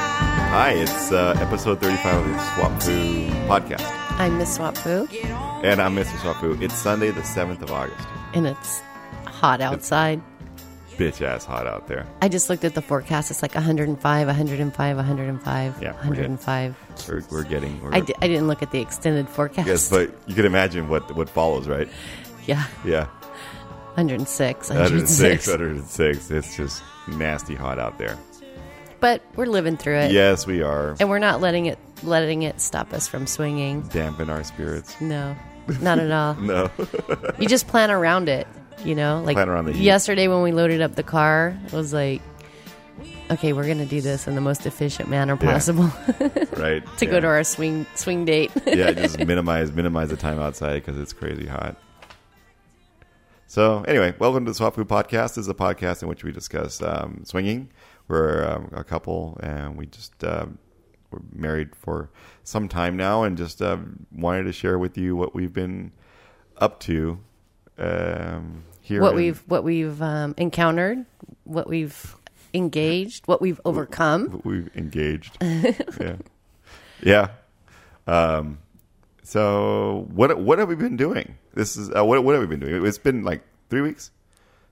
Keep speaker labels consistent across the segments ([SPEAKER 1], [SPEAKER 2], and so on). [SPEAKER 1] Hi, it's uh, episode 35 of the Swap Foo podcast.
[SPEAKER 2] I'm Miss Swap Foo,
[SPEAKER 1] And I'm Mr. Swap Foo. It's Sunday, the 7th of August.
[SPEAKER 2] and it's hot outside.
[SPEAKER 1] Bitch ass hot out there.
[SPEAKER 2] I just looked at the forecast. It's like 105, 105, 105,
[SPEAKER 1] Yeah, we're good.
[SPEAKER 2] 105.
[SPEAKER 1] We're, we're getting. We're,
[SPEAKER 2] I, d- I didn't look at the extended forecast.
[SPEAKER 1] yes, but you can imagine what, what follows, right?
[SPEAKER 2] yeah,
[SPEAKER 1] Yeah.
[SPEAKER 2] 106,
[SPEAKER 1] 106,
[SPEAKER 2] 106.
[SPEAKER 1] 106. It's just nasty hot out there.
[SPEAKER 2] But we're living through it,
[SPEAKER 1] Yes, we are.
[SPEAKER 2] and we're not letting it letting it stop us from swinging.
[SPEAKER 1] Dampen our spirits.
[SPEAKER 2] No, not at all.
[SPEAKER 1] No.
[SPEAKER 2] you just plan around it. You know, like
[SPEAKER 1] Plan around the heat.
[SPEAKER 2] yesterday when we loaded up the car, it was like, okay, we're gonna do this in the most efficient manner
[SPEAKER 1] Yeah.
[SPEAKER 2] possible
[SPEAKER 1] right.
[SPEAKER 2] to go to our swing swing date.
[SPEAKER 1] yeah, just minimize minimize the time outside because it's crazy hot. So anyway, welcome to the Swap Food Podcast. This is a podcast in which we discuss um, swinging. We're um, a couple, and we just um we're married for some time now, and just um wanted to share with you what we've been up to um, here.
[SPEAKER 2] what
[SPEAKER 1] in-
[SPEAKER 2] we've what we've um, encountered, what we've engaged, what we've overcome.
[SPEAKER 1] But we've engaged. yeah. Yeah. Um, so what what have we been doing? This is uh, what what have we been doing? It's been like three weeks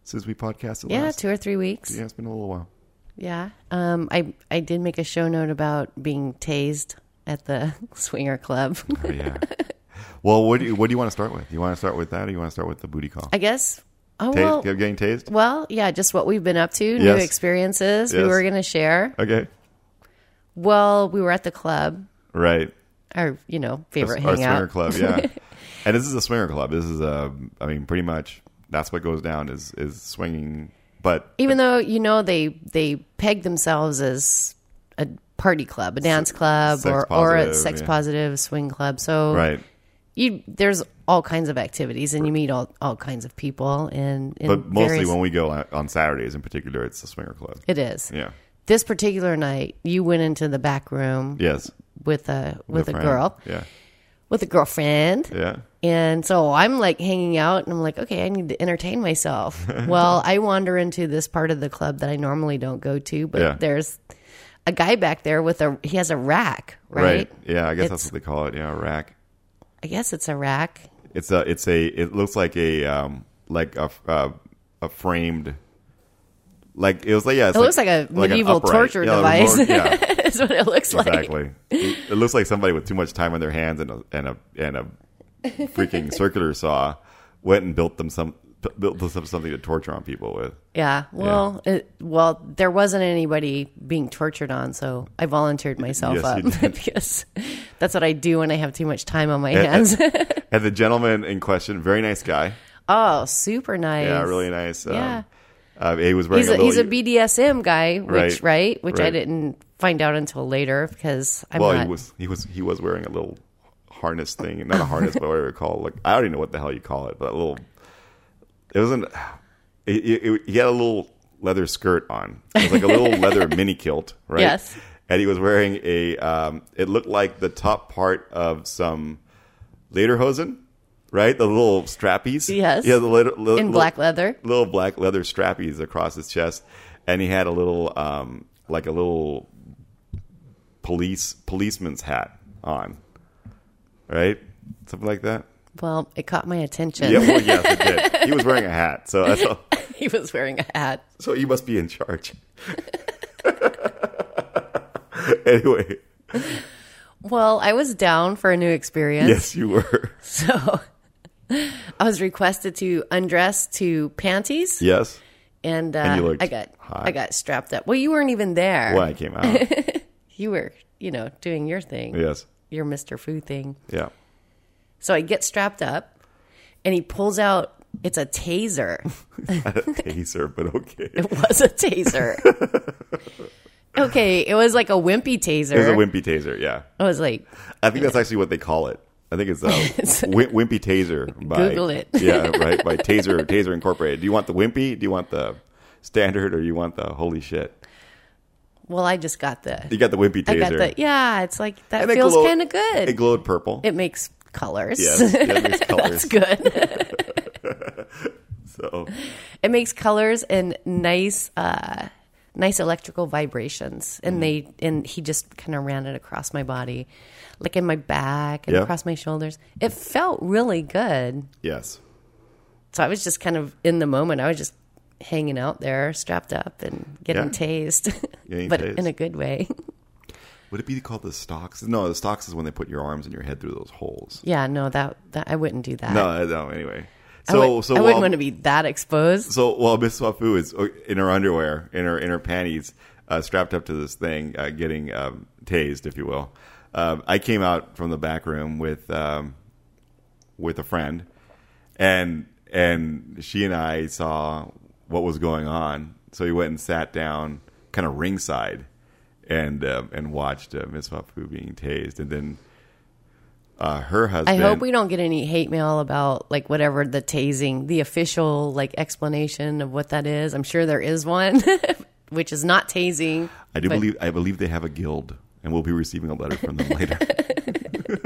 [SPEAKER 1] since we podcasted.
[SPEAKER 2] Yeah,
[SPEAKER 1] last.
[SPEAKER 2] two or three weeks.
[SPEAKER 1] yeah, it's been a little while.
[SPEAKER 2] Yeah. Um, I I did make a show note about being tased at the swinger club.
[SPEAKER 1] Oh, yeah. well, what do you, what do you want to start with? You want to start with that, or you want to start with the booty call?
[SPEAKER 2] I guess. Oh
[SPEAKER 1] Ta-
[SPEAKER 2] well.
[SPEAKER 1] getting tased.
[SPEAKER 2] Well, yeah, just what we've been up to, new
[SPEAKER 1] Yes.
[SPEAKER 2] experiences we
[SPEAKER 1] Yes.
[SPEAKER 2] were going to share.
[SPEAKER 1] Okay.
[SPEAKER 2] Well, we were at the club,
[SPEAKER 1] Right.
[SPEAKER 2] our you know
[SPEAKER 1] Our-
[SPEAKER 2] favorite
[SPEAKER 1] our
[SPEAKER 2] hangout.
[SPEAKER 1] swinger club, yeah. and this is a swinger club. This is a, I mean, pretty much that's what goes down is is swinging, but
[SPEAKER 2] Even though you know they they peg themselves as a party club, a dance club,
[SPEAKER 1] sex
[SPEAKER 2] or or a
[SPEAKER 1] positive,
[SPEAKER 2] sex
[SPEAKER 1] yeah.
[SPEAKER 2] positive swing club. So
[SPEAKER 1] right.
[SPEAKER 2] you there's all kinds of activities, and you meet all all kinds of people, and, and
[SPEAKER 1] But mostly
[SPEAKER 2] various-
[SPEAKER 1] when we go out on Saturdays in particular, it's the swinger club.
[SPEAKER 2] it is
[SPEAKER 1] Yeah.
[SPEAKER 2] this particular night, you went into the back room
[SPEAKER 1] Yes.
[SPEAKER 2] with a with a
[SPEAKER 1] friend.
[SPEAKER 2] girl
[SPEAKER 1] Yeah.
[SPEAKER 2] with a girlfriend.
[SPEAKER 1] Yeah.
[SPEAKER 2] And so I'm like hanging out and I'm like, okay, I need to entertain myself. well, I wander into this part of the club that I normally don't go to, but
[SPEAKER 1] Yeah.
[SPEAKER 2] there's a guy back there with a he has a rack, right?
[SPEAKER 1] Right. Yeah. I guess that's
[SPEAKER 2] It's-
[SPEAKER 1] what they call it. Yeah. A rack.
[SPEAKER 2] I guess it's a rack.
[SPEAKER 1] It's a, it's a, it looks like a, um, like a, uh, a framed, like it was like, yeah, it's
[SPEAKER 2] It looks like
[SPEAKER 1] an
[SPEAKER 2] a medieval
[SPEAKER 1] upright.
[SPEAKER 2] torture
[SPEAKER 1] Yeah, like a
[SPEAKER 2] device.
[SPEAKER 1] mor- yeah.
[SPEAKER 2] is what it looks like.
[SPEAKER 1] Exactly. it it looks like somebody with too much time on their hands and a, and a, and a freaking circular saw went and built them some, built themselves something to torture on people with.
[SPEAKER 2] Yeah. Well, It, well, there wasn't anybody being tortured on, so I volunteered myself
[SPEAKER 1] Yes,
[SPEAKER 2] up
[SPEAKER 1] you did. Eh,
[SPEAKER 2] because that's what I do when I have too much time on my
[SPEAKER 1] And-
[SPEAKER 2] hands.
[SPEAKER 1] And the gentleman in question, very nice guy.
[SPEAKER 2] oh, super nice.
[SPEAKER 1] Yeah, really nice. Um,
[SPEAKER 2] Yeah.
[SPEAKER 1] uh, he was wearing
[SPEAKER 2] he's
[SPEAKER 1] a,
[SPEAKER 2] a,
[SPEAKER 1] little,
[SPEAKER 2] he's a BDSM guy,
[SPEAKER 1] Right.
[SPEAKER 2] which right, which I
[SPEAKER 1] Right.
[SPEAKER 2] didn't find out until later because I'm
[SPEAKER 1] well,
[SPEAKER 2] not.
[SPEAKER 1] he was he was he was wearing a little harness thing, not a harness, but whatever you call it. like I don't even know what the hell you call it, but a little. It wasn't. It, it, it- he had a little leather skirt on. It was like a little leather mini kilt, right?
[SPEAKER 2] Yes.
[SPEAKER 1] And he was wearing a. Um, it looked like the top part of some lederhosen, right? The little strappies.
[SPEAKER 2] Yes.
[SPEAKER 1] Yeah, the leder, li-
[SPEAKER 2] In
[SPEAKER 1] li-
[SPEAKER 2] black leather.
[SPEAKER 1] little black leather strappies across his chest, and he had a little, um, like a little police policeman's hat on, right? Something like that.
[SPEAKER 2] well, it caught my attention.
[SPEAKER 1] Yeah, well, yes, it did. He was wearing a hat, so that's all-
[SPEAKER 2] he was wearing a hat.
[SPEAKER 1] so he must be in charge. anyway,
[SPEAKER 2] Well, I was down for a new experience,
[SPEAKER 1] yes, you were.
[SPEAKER 2] so I was requested to undress to panties,
[SPEAKER 1] Yes.
[SPEAKER 2] and, uh,
[SPEAKER 1] And you looked
[SPEAKER 2] I got
[SPEAKER 1] hot.
[SPEAKER 2] I got strapped up. Well, you weren't even there.
[SPEAKER 1] Well, I came out.
[SPEAKER 2] You were, you know, doing your thing,
[SPEAKER 1] Yes.
[SPEAKER 2] your Mister Foo thing.
[SPEAKER 1] Yeah.
[SPEAKER 2] So I get strapped up, and he pulls out. It's a taser.
[SPEAKER 1] Not a taser, but okay. It
[SPEAKER 2] It was a taser. okay, it was like a wimpy taser.
[SPEAKER 1] was a wimpy taser, yeah.
[SPEAKER 2] I was like,
[SPEAKER 1] I think that's actually what they call it. I think it's uh, Wim- Wimpy Taser. By,
[SPEAKER 2] Google it.
[SPEAKER 1] yeah, right. By Taser Taser Incorporated. Do you want the Wimpy? Do you want the standard, or you want the holy shit?
[SPEAKER 2] well, I just got the,
[SPEAKER 1] You got the Wimpy
[SPEAKER 2] I
[SPEAKER 1] Taser.
[SPEAKER 2] got the, yeah. It's like that
[SPEAKER 1] And it
[SPEAKER 2] feels
[SPEAKER 1] glow-
[SPEAKER 2] kind of good.
[SPEAKER 1] It
[SPEAKER 2] It,
[SPEAKER 1] glowed purple.
[SPEAKER 2] makes colors.
[SPEAKER 1] yes, yeah, it makes
[SPEAKER 2] it's
[SPEAKER 1] colors.
[SPEAKER 2] good.
[SPEAKER 1] so
[SPEAKER 2] it makes colors and nice uh, nice electrical vibrations,
[SPEAKER 1] Mm-hmm.
[SPEAKER 2] and they and he just kind of ran it across my body, like in my back and
[SPEAKER 1] Yeah.
[SPEAKER 2] across my shoulders. It felt really good.
[SPEAKER 1] Yes.
[SPEAKER 2] So I was just kind of in the moment. I was just hanging out there, strapped up, and getting
[SPEAKER 1] Yeah.
[SPEAKER 2] tased,
[SPEAKER 1] Getting
[SPEAKER 2] but
[SPEAKER 1] tased.
[SPEAKER 2] in a good way.
[SPEAKER 1] Would it be called the stocks? No, the stocks is when they put your arms and your head through those holes.
[SPEAKER 2] yeah, no, that, that I wouldn't do that.
[SPEAKER 1] No, I- no. Anyway,
[SPEAKER 2] I,
[SPEAKER 1] so
[SPEAKER 2] would,
[SPEAKER 1] so
[SPEAKER 2] I
[SPEAKER 1] while-
[SPEAKER 2] wouldn't want to be that exposed.
[SPEAKER 1] so while Miss Swafu is uh, in her underwear, in her in her panties, uh, strapped up to this thing, uh, getting um, tased, if you will, um, I came out from the back room with um, with a friend, and and she and I saw what was going on. So we went and sat down, kind of ringside, and uh, and watched uh, Miss Wafu being tased, and then. Uh, her
[SPEAKER 2] I
[SPEAKER 1] husband.
[SPEAKER 2] hope we don't get any hate mail about like whatever the tasing, the official like explanation of what that is. I'm sure there is one, which is not tasing.
[SPEAKER 1] I do
[SPEAKER 2] but-
[SPEAKER 1] believe I believe they have a guild, and we'll be receiving a letter from them later.
[SPEAKER 2] We're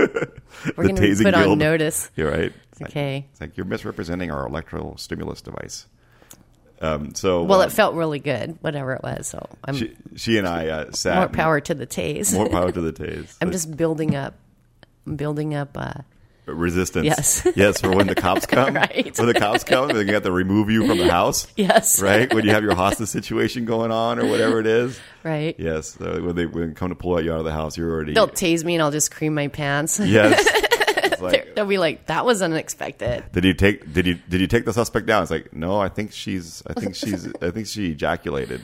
[SPEAKER 2] going to be
[SPEAKER 1] tasing
[SPEAKER 2] put on
[SPEAKER 1] guild.
[SPEAKER 2] notice.
[SPEAKER 1] You're right. It's like-
[SPEAKER 2] Okay.
[SPEAKER 1] it's like you're misrepresenting our electrical stimulus device. Um, so
[SPEAKER 2] Well,
[SPEAKER 1] um,
[SPEAKER 2] it felt really good, whatever it was. So I'm
[SPEAKER 1] she, she and I uh, sat
[SPEAKER 2] more
[SPEAKER 1] and-
[SPEAKER 2] power to the tase.
[SPEAKER 1] more power to the tase.
[SPEAKER 2] I'm just building up. I'm building up. Uh,
[SPEAKER 1] resistance.
[SPEAKER 2] Yes.
[SPEAKER 1] yes. For when the cops come,
[SPEAKER 2] Right.
[SPEAKER 1] when the cops come, they have to remove you from the house,
[SPEAKER 2] yes.
[SPEAKER 1] right? When you have your hostage situation going on or whatever it is.
[SPEAKER 2] Right.
[SPEAKER 1] Yes, so when they when they come to pull you out of the house, you're already
[SPEAKER 2] They'll tase me and I'll just cream my pants.
[SPEAKER 1] yes. It's like,
[SPEAKER 2] They'll be like, that was unexpected.
[SPEAKER 1] did you take did you did you take the suspect down? It's like, no, I think she's I think she's I think she ejaculated.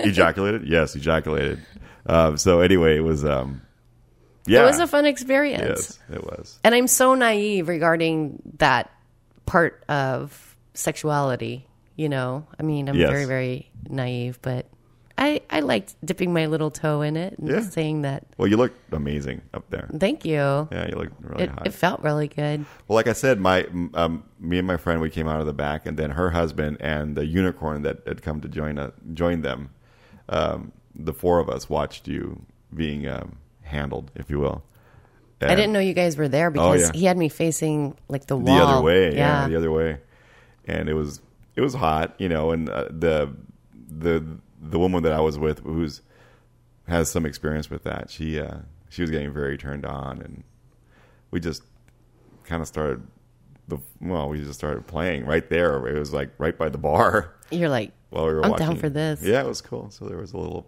[SPEAKER 1] ejaculated? Yes, ejaculated. Um, so anyway, it was um yeah.
[SPEAKER 2] It was a fun experience.
[SPEAKER 1] yes, it was.
[SPEAKER 2] And I'm so naive regarding that part of sexuality. You know, I mean, I'm
[SPEAKER 1] Yes.
[SPEAKER 2] very, very naive, but I, I liked dipping my little toe in it and
[SPEAKER 1] Yeah.
[SPEAKER 2] saying that,
[SPEAKER 1] Well, you look amazing up there.
[SPEAKER 2] thank you.
[SPEAKER 1] Yeah, you look really
[SPEAKER 2] It,
[SPEAKER 1] hot.
[SPEAKER 2] it felt really good.
[SPEAKER 1] well, like I said, my um, me and my friend we came out of the back, and then her husband and the unicorn that had come to join uh, join them. Um, the four of us watched you being um, handled, if you will.
[SPEAKER 2] I didn't know you guys were there because
[SPEAKER 1] Oh, yeah.
[SPEAKER 2] he had me facing like the
[SPEAKER 1] the
[SPEAKER 2] wall.
[SPEAKER 1] other way. Yeah. the other way. And it was it was hot, you know. And uh, the the the woman that I was with, who's has some experience with that, she uh, she was getting very turned on, and we just kind of started the well, we just started playing right there. It was like right by the bar
[SPEAKER 2] You're like,
[SPEAKER 1] while we were.
[SPEAKER 2] I'm
[SPEAKER 1] watching.
[SPEAKER 2] down for this.
[SPEAKER 1] Yeah, it was cool. So there was a little.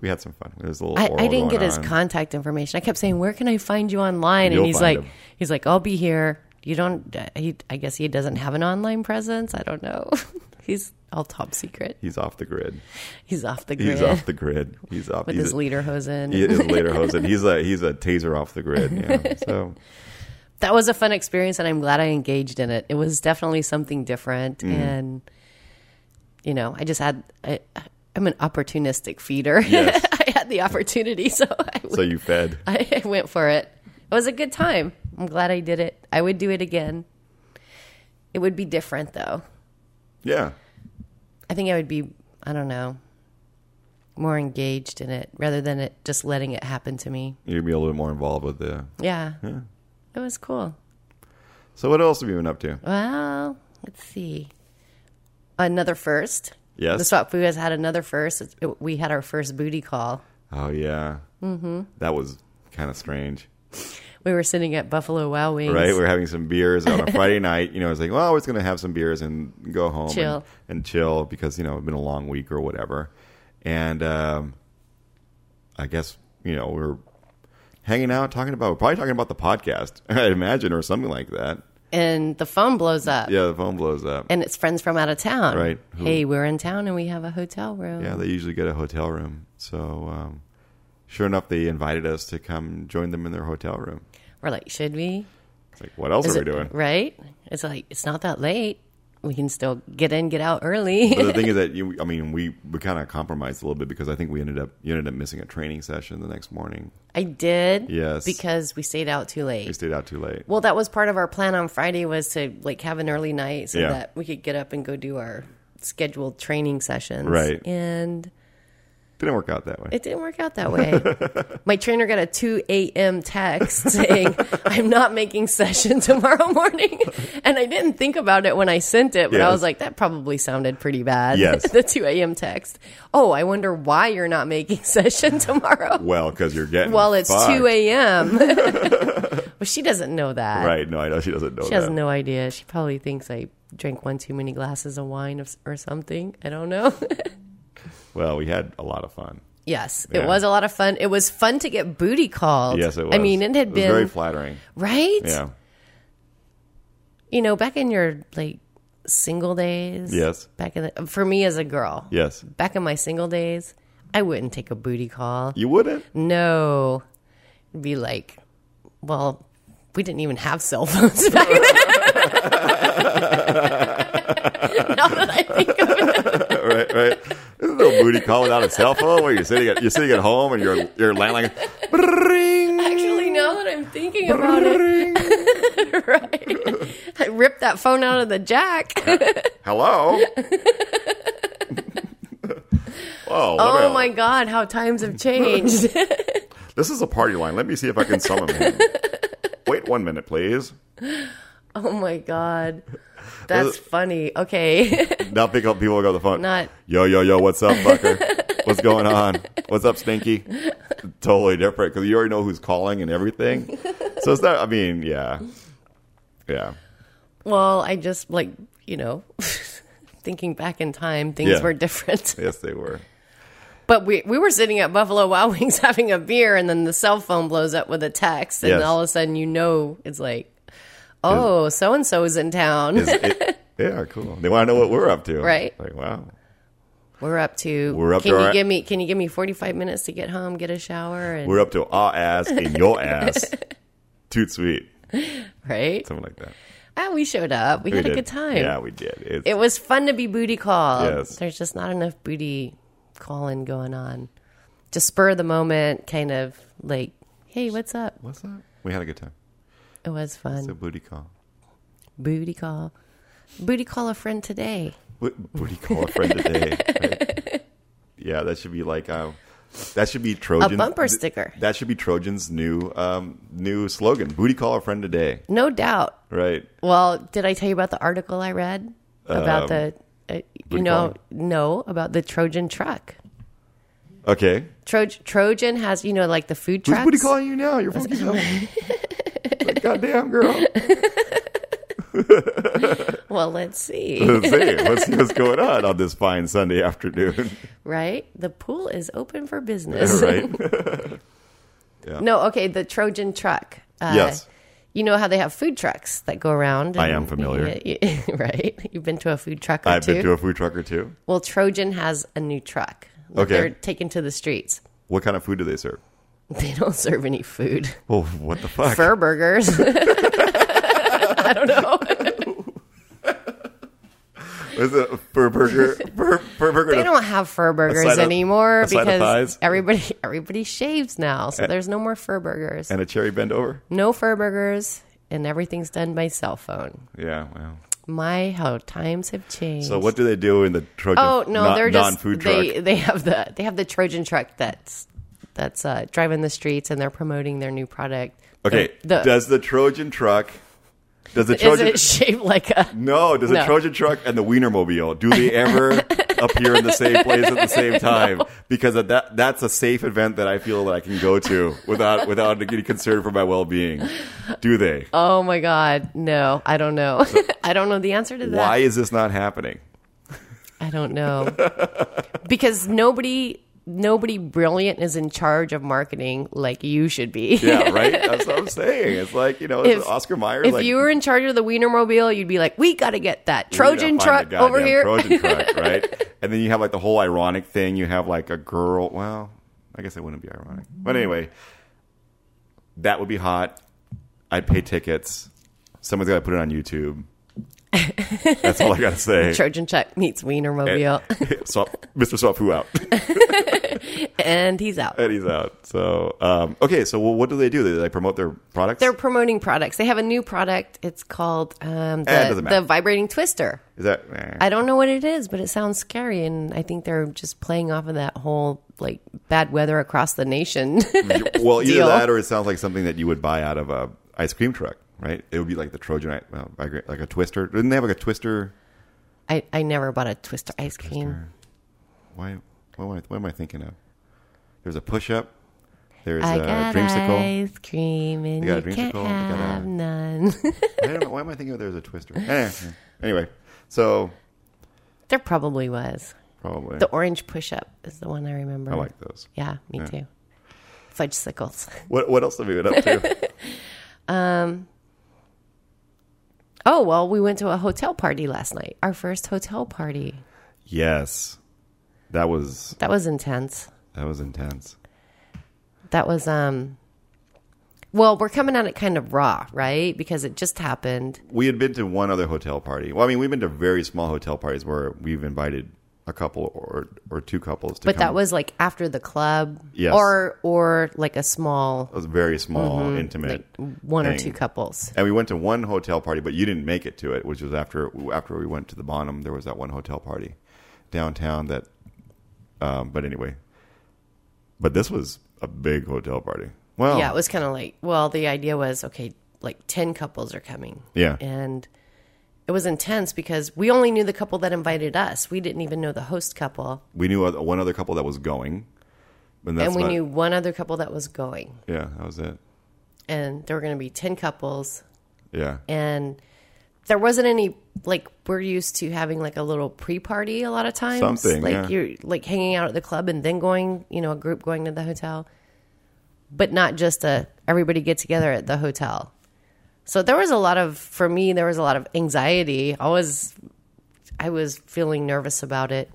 [SPEAKER 1] We had some fun. There was a little.
[SPEAKER 2] I,
[SPEAKER 1] oral
[SPEAKER 2] I didn't
[SPEAKER 1] going
[SPEAKER 2] get his
[SPEAKER 1] on.
[SPEAKER 2] contact information. I kept saying, "Where can I find you online?"
[SPEAKER 1] You'll
[SPEAKER 2] and he's
[SPEAKER 1] find
[SPEAKER 2] like,
[SPEAKER 1] him.
[SPEAKER 2] "He's like, I'll be here." You don't. He, I guess he doesn't have an online presence. I don't know. he's all top secret.
[SPEAKER 1] He's off the grid.
[SPEAKER 2] He's off the grid
[SPEAKER 1] He's off the grid. He's off.
[SPEAKER 2] Oh, with
[SPEAKER 1] he's
[SPEAKER 2] his leader hosen.
[SPEAKER 1] He is later Hosen. He's a he's a taser off the grid. Yeah. So
[SPEAKER 2] That was a fun experience, and I'm glad I engaged in it. It was definitely something different,
[SPEAKER 1] Mm.
[SPEAKER 2] and you know, I just had. I, I'm an opportunistic feeder.
[SPEAKER 1] Yes.
[SPEAKER 2] I had the opportunity, so I
[SPEAKER 1] so you fed.
[SPEAKER 2] I went for it. It was a good time. I'm glad I did it. I would do it again. It would be different though.
[SPEAKER 1] Yeah.
[SPEAKER 2] I think I would be, I don't know, more engaged in it rather than it just letting it happen to me.
[SPEAKER 1] You'd be a little bit more involved with the.
[SPEAKER 2] Yeah. It was cool.
[SPEAKER 1] So what else have you been up to?
[SPEAKER 2] Well, let's see. Another first.
[SPEAKER 1] Yes.
[SPEAKER 2] The swap food has had another first. It's- it- we had our first booty call.
[SPEAKER 1] Oh yeah. Mm-hmm. That was kind of strange,
[SPEAKER 2] We were sitting at Buffalo Wild Wings.
[SPEAKER 1] right? We were having some beers on a Friday night. You know, I was like, well, we're just gonna have some beers and go home
[SPEAKER 2] Chill.
[SPEAKER 1] And, and chill because you know it's been a long week or whatever. And um, I guess you know we were hanging out, talking about probably talking about the podcast, I imagine, or something like that.
[SPEAKER 2] And the phone blows up.
[SPEAKER 1] Yeah, the phone blows up.
[SPEAKER 2] and it's friends from out of town.
[SPEAKER 1] Right. Who-
[SPEAKER 2] Hey, we're in town and we have a hotel room.
[SPEAKER 1] Yeah, they usually get a hotel room. So, um, sure enough, they invited us to come join them in their hotel room.
[SPEAKER 2] We're like, should we?
[SPEAKER 1] It's like, what else
[SPEAKER 2] Is
[SPEAKER 1] are we
[SPEAKER 2] it-
[SPEAKER 1] doing?
[SPEAKER 2] Right? It's like, it's not that late. We can still get in, get out early.
[SPEAKER 1] But the thing is that you, I mean, we, we kind of compromised a little bit because I think we ended up you ended up missing a training session the next morning.
[SPEAKER 2] I did.
[SPEAKER 1] Yes.
[SPEAKER 2] Because we stayed out too
[SPEAKER 1] We
[SPEAKER 2] late.
[SPEAKER 1] stayed out too late.
[SPEAKER 2] Well, that was part of our plan on Friday was to like have an early night so
[SPEAKER 1] Yeah.
[SPEAKER 2] that we could get up and go do our scheduled training sessions.
[SPEAKER 1] Right.
[SPEAKER 2] And
[SPEAKER 1] Didn't work out that way.
[SPEAKER 2] It didn't work out that way. My trainer got a 2 a.m. text saying, I'm not making session tomorrow morning. And I didn't think about it when I sent it, but I
[SPEAKER 1] Yes.
[SPEAKER 2] was like, that probably sounded pretty bad.
[SPEAKER 1] Yes.
[SPEAKER 2] the 2 a.m. text. Oh, I wonder why you're not making session tomorrow.
[SPEAKER 1] well, because you're getting
[SPEAKER 2] Well, it's
[SPEAKER 1] fucked.
[SPEAKER 2] 2 a.m. well, she doesn't know that.
[SPEAKER 1] Right? No, I know she doesn't know.
[SPEAKER 2] She
[SPEAKER 1] that.
[SPEAKER 2] has no idea. She probably thinks I drank one too many glasses of wine of- or something. I don't know.
[SPEAKER 1] Well, we had a lot of fun.
[SPEAKER 2] Yes,
[SPEAKER 1] Yeah.
[SPEAKER 2] it was a lot of fun. It was fun to get booty called.
[SPEAKER 1] Yes, it was.
[SPEAKER 2] I mean, it had
[SPEAKER 1] was
[SPEAKER 2] been
[SPEAKER 1] very flattering.
[SPEAKER 2] right.
[SPEAKER 1] Yeah.
[SPEAKER 2] You know, back in your like single days.
[SPEAKER 1] Yes.
[SPEAKER 2] Back in the, for me as a girl.
[SPEAKER 1] Yes.
[SPEAKER 2] Back in my single days, I wouldn't take a booty call.
[SPEAKER 1] You wouldn't.
[SPEAKER 2] No, it'd be like, well, we didn't even have cell phones back then. now that I think of it,
[SPEAKER 1] right, right. There's no booty call without a cell phone. Where you're sitting at you're sitting at home and your your landline. Ring,
[SPEAKER 2] actually, now that I'm thinking about
[SPEAKER 1] ring.
[SPEAKER 2] it, right? I ripped that phone out of the jack.
[SPEAKER 1] Hello. Whoa! what
[SPEAKER 2] Oh
[SPEAKER 1] a-
[SPEAKER 2] my God, how times have changed.
[SPEAKER 1] This is a party line. Let me see if I can summon him. Wait one minute, please.
[SPEAKER 2] oh my God. That's funny. Okay.
[SPEAKER 1] Now pick up people who go to the phone.
[SPEAKER 2] Not-
[SPEAKER 1] yo yo yo. What's up, fucker? what's going on? What's up, Stinky? Totally different because you already know who's calling and everything. So it's not. I mean, yeah, yeah.
[SPEAKER 2] well, I just like, you know, thinking back in time, things
[SPEAKER 1] Yeah.
[SPEAKER 2] were different.
[SPEAKER 1] Yes, they were.
[SPEAKER 2] But we, we were sitting at Buffalo Wild Wings having a beer, and then the cell phone blows up with a text, and
[SPEAKER 1] Yes.
[SPEAKER 2] all of a sudden you know it's like, oh, so and so is in town.
[SPEAKER 1] Is it- yeah, cool. They want to know what we're up to,
[SPEAKER 2] Right.
[SPEAKER 1] Like, wow,
[SPEAKER 2] we're up to.
[SPEAKER 1] We're up
[SPEAKER 2] can
[SPEAKER 1] to
[SPEAKER 2] you
[SPEAKER 1] our-
[SPEAKER 2] give me? Can you give me forty five minutes to get home, get a shower, and
[SPEAKER 1] we're up to our ass and your ass. Toot sweet,
[SPEAKER 2] right?
[SPEAKER 1] something like that.
[SPEAKER 2] Ah, we showed up. We,
[SPEAKER 1] We
[SPEAKER 2] had
[SPEAKER 1] did.
[SPEAKER 2] a good time.
[SPEAKER 1] Yeah, we did. It's,
[SPEAKER 2] It was fun to be booty called.
[SPEAKER 1] Yes.
[SPEAKER 2] There's just not enough booty calling going on. Just spur of the moment, kind of like, hey, what's up?
[SPEAKER 1] what's up? We had a good time.
[SPEAKER 2] It was
[SPEAKER 1] It's a
[SPEAKER 2] fun.
[SPEAKER 1] booty call.
[SPEAKER 2] Booty call. Booty call a friend today.
[SPEAKER 1] Bo- booty call a friend today. right? Yeah, that should be like um, that should be Trojan
[SPEAKER 2] bumper sticker.
[SPEAKER 1] That should be Trojan's new um, new slogan. Booty call a friend today.
[SPEAKER 2] No doubt.
[SPEAKER 1] Right.
[SPEAKER 2] Well, did I tell you about the article I read about
[SPEAKER 1] Um,
[SPEAKER 2] the, uh, you
[SPEAKER 1] booty
[SPEAKER 2] know,
[SPEAKER 1] calling?
[SPEAKER 2] no, about the Trojan truck?
[SPEAKER 1] Okay.
[SPEAKER 2] Troj- Trojan has, you know, like the food
[SPEAKER 1] Who's
[SPEAKER 2] trucks.
[SPEAKER 1] booty calling you now? You're fucking like, goddamn girl.
[SPEAKER 2] Well, let's see.
[SPEAKER 1] Let's see. Let's see what's going on on this fine Sunday afternoon.
[SPEAKER 2] right? The pool is open for business.
[SPEAKER 1] right?
[SPEAKER 2] No, okay, the Trojan truck. Uh,
[SPEAKER 1] Yes.
[SPEAKER 2] You know how they have food trucks that go around.
[SPEAKER 1] I am familiar.
[SPEAKER 2] y- y- right? You've been to a food truck or
[SPEAKER 1] I've
[SPEAKER 2] two.
[SPEAKER 1] been to a food truck or two.
[SPEAKER 2] well, Trojan has a new truck. that
[SPEAKER 1] Okay.
[SPEAKER 2] They're taken to the streets.
[SPEAKER 1] What kind of food do they serve?
[SPEAKER 2] They don't serve any food.
[SPEAKER 1] Oh, what the fuck?
[SPEAKER 2] Fur burgers. I don't know.
[SPEAKER 1] Is it a fur burger? Fur, fur burger?
[SPEAKER 2] They don't have fur burgers
[SPEAKER 1] side of-
[SPEAKER 2] anymore
[SPEAKER 1] a side of thighs?
[SPEAKER 2] because everybody everybody shaves now, so there's no more fur burgers.
[SPEAKER 1] and a cherry bend over?
[SPEAKER 2] No fur burgers, and everything's done by cell phone.
[SPEAKER 1] Yeah, well.
[SPEAKER 2] My, how times have changed.
[SPEAKER 1] So what do they do in the Trojan?
[SPEAKER 2] Oh no,
[SPEAKER 1] non-
[SPEAKER 2] they're just
[SPEAKER 1] non-food
[SPEAKER 2] they
[SPEAKER 1] truck.
[SPEAKER 2] they have the they have the Trojan truck that's that's uh, driving the streets and they're promoting their new product.
[SPEAKER 1] Okay,
[SPEAKER 2] the,
[SPEAKER 1] does the Trojan truck? Does the
[SPEAKER 2] is
[SPEAKER 1] Trojan?
[SPEAKER 2] it shaped like a?
[SPEAKER 1] no, does the
[SPEAKER 2] No.
[SPEAKER 1] Trojan truck and the Wienermobile do they ever appear in the same place at the same time? Because of that that's a safe event that I feel that I can go to without without any concern for my well being. Do they?
[SPEAKER 2] Oh my God, no, I don't know. I don't know the answer to that.
[SPEAKER 1] Why is this not happening?
[SPEAKER 2] I don't know because nobody nobody brilliant is in charge of marketing like you should be.
[SPEAKER 1] Yeah, right. That's what I'm saying. It's like you know, it's
[SPEAKER 2] If-
[SPEAKER 1] Oscar Mayer.
[SPEAKER 2] If
[SPEAKER 1] like,
[SPEAKER 2] you were in charge of the Wienermobile, you'd be like, "We got to get that
[SPEAKER 1] we need to
[SPEAKER 2] Trojan
[SPEAKER 1] find
[SPEAKER 2] truck
[SPEAKER 1] the
[SPEAKER 2] over
[SPEAKER 1] goddamn
[SPEAKER 2] here."
[SPEAKER 1] Trojan truck, right? And then you have like the whole ironic thing. You have like a girl. Well, I guess it wouldn't be ironic, but anyway, that would be hot. I'd pay tickets. Someone's got to put it on YouTube. That's all I gotta say.
[SPEAKER 2] Trojan truck meets Wienermobile,
[SPEAKER 1] Swap, Mr. Swap Who out?
[SPEAKER 2] and he's out.
[SPEAKER 1] Eddie's out. So um, okay. So well, what do they do? They like promote their products.
[SPEAKER 2] They're promoting products. They have a new product. It's called
[SPEAKER 1] Eh,
[SPEAKER 2] um,
[SPEAKER 1] it
[SPEAKER 2] the,
[SPEAKER 1] doesn't matter.
[SPEAKER 2] the vibrating twister.
[SPEAKER 1] Is that eh.
[SPEAKER 2] I don't know what it is, but it sounds scary, and I think they're just playing off of that whole like bad weather across the nation.
[SPEAKER 1] well, either
[SPEAKER 2] Deal.
[SPEAKER 1] that or it sounds like something that you would buy out of a ice cream truck, right? It would be like the Trojan, i- well, I agree, like a Twister. Didn't they have like a Twister?
[SPEAKER 2] I, I never bought a Twister ice cream.
[SPEAKER 1] Why? What am I, what am I thinking of? There's a push up. There's
[SPEAKER 2] I
[SPEAKER 1] a
[SPEAKER 2] got
[SPEAKER 1] dreamsicle.
[SPEAKER 2] ice cream and
[SPEAKER 1] You
[SPEAKER 2] you,
[SPEAKER 1] got a
[SPEAKER 2] can't
[SPEAKER 1] dreamsicle, I got a-
[SPEAKER 2] have none.
[SPEAKER 1] I don't know, why am I thinking of there's a Twister? Eh, anyway, so
[SPEAKER 2] there probably was.
[SPEAKER 1] probably
[SPEAKER 2] The orange push up is the one I remember.
[SPEAKER 1] I like those.
[SPEAKER 2] Yeah, me
[SPEAKER 1] Yeah.
[SPEAKER 2] too. Fudge sickles.
[SPEAKER 1] What what else have we been up to?
[SPEAKER 2] Oh, well, we went to a hotel party last night. Our first hotel party.
[SPEAKER 1] yes, that was
[SPEAKER 2] That was intense.
[SPEAKER 1] that was intense.
[SPEAKER 2] That was um well, we're coming at it kind of raw, right? Because it just happened.
[SPEAKER 1] We had been to one other hotel party. Well, I mean, we've been to very small hotel parties where we've invited a couple or or two couples. To
[SPEAKER 2] But
[SPEAKER 1] come.
[SPEAKER 2] that was like after the club
[SPEAKER 1] Yes.
[SPEAKER 2] or or like a small
[SPEAKER 1] It was very small, intimate.
[SPEAKER 2] Mm-hmm. like one or
[SPEAKER 1] thing.
[SPEAKER 2] two couples.
[SPEAKER 1] And we went to one hotel party, but you didn't make it to it, which was after after we went to the Bonham. There was that one hotel party downtown that. Um, but anyway, but this was a big hotel party. Well,
[SPEAKER 2] Yeah, it was kind of like, well, the idea was okay, like 10 couples are coming.
[SPEAKER 1] Yeah.
[SPEAKER 2] And it was intense because we only knew the couple that invited us. We didn't even know the host couple.
[SPEAKER 1] we knew oth- one other couple that was going, and, that's
[SPEAKER 2] and we
[SPEAKER 1] about-
[SPEAKER 2] knew one other couple that was going.
[SPEAKER 1] yeah, that was it.
[SPEAKER 2] And there were going to be 10 couples.
[SPEAKER 1] Yeah,
[SPEAKER 2] And there wasn't any, like, we're used to having like a little pre party a lot of times.
[SPEAKER 1] Something,
[SPEAKER 2] Like,
[SPEAKER 1] yeah.
[SPEAKER 2] you're like hanging out at the club and then going, you know, a group going to the hotel, but not just a everybody get together at the hotel. So there was a lot of, for me, there was a lot of anxiety. I was, I was feeling nervous about it.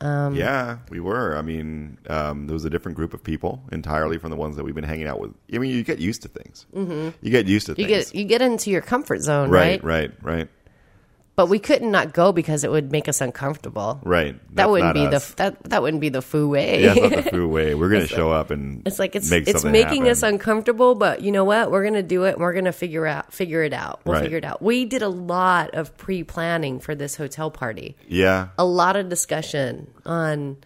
[SPEAKER 2] Um,
[SPEAKER 1] yeah, we were. I mean, um, there was a different group of people entirely from the ones that we've been hanging out with. I mean, you get used to things. Mm-hmm. You get used to
[SPEAKER 2] You
[SPEAKER 1] things.
[SPEAKER 2] get you get into your comfort zone,
[SPEAKER 1] right,
[SPEAKER 2] right?
[SPEAKER 1] right, right,
[SPEAKER 2] But we couldn't not go because it would make us uncomfortable.
[SPEAKER 1] right.
[SPEAKER 2] That
[SPEAKER 1] That's
[SPEAKER 2] wouldn't
[SPEAKER 1] not
[SPEAKER 2] be
[SPEAKER 1] us.
[SPEAKER 2] the that that wouldn't be the foo way.
[SPEAKER 1] yeah, it's not the food way. We're gonna show up and
[SPEAKER 2] It's like it's
[SPEAKER 1] make
[SPEAKER 2] it's
[SPEAKER 1] something
[SPEAKER 2] making
[SPEAKER 1] happen.
[SPEAKER 2] us uncomfortable, but you know what? We're gonna do it. and We're gonna figure out figure it out. We'll
[SPEAKER 1] Right.
[SPEAKER 2] figure it out. We did a lot of pre planning for this hotel party.
[SPEAKER 1] yeah
[SPEAKER 2] A lot of discussion on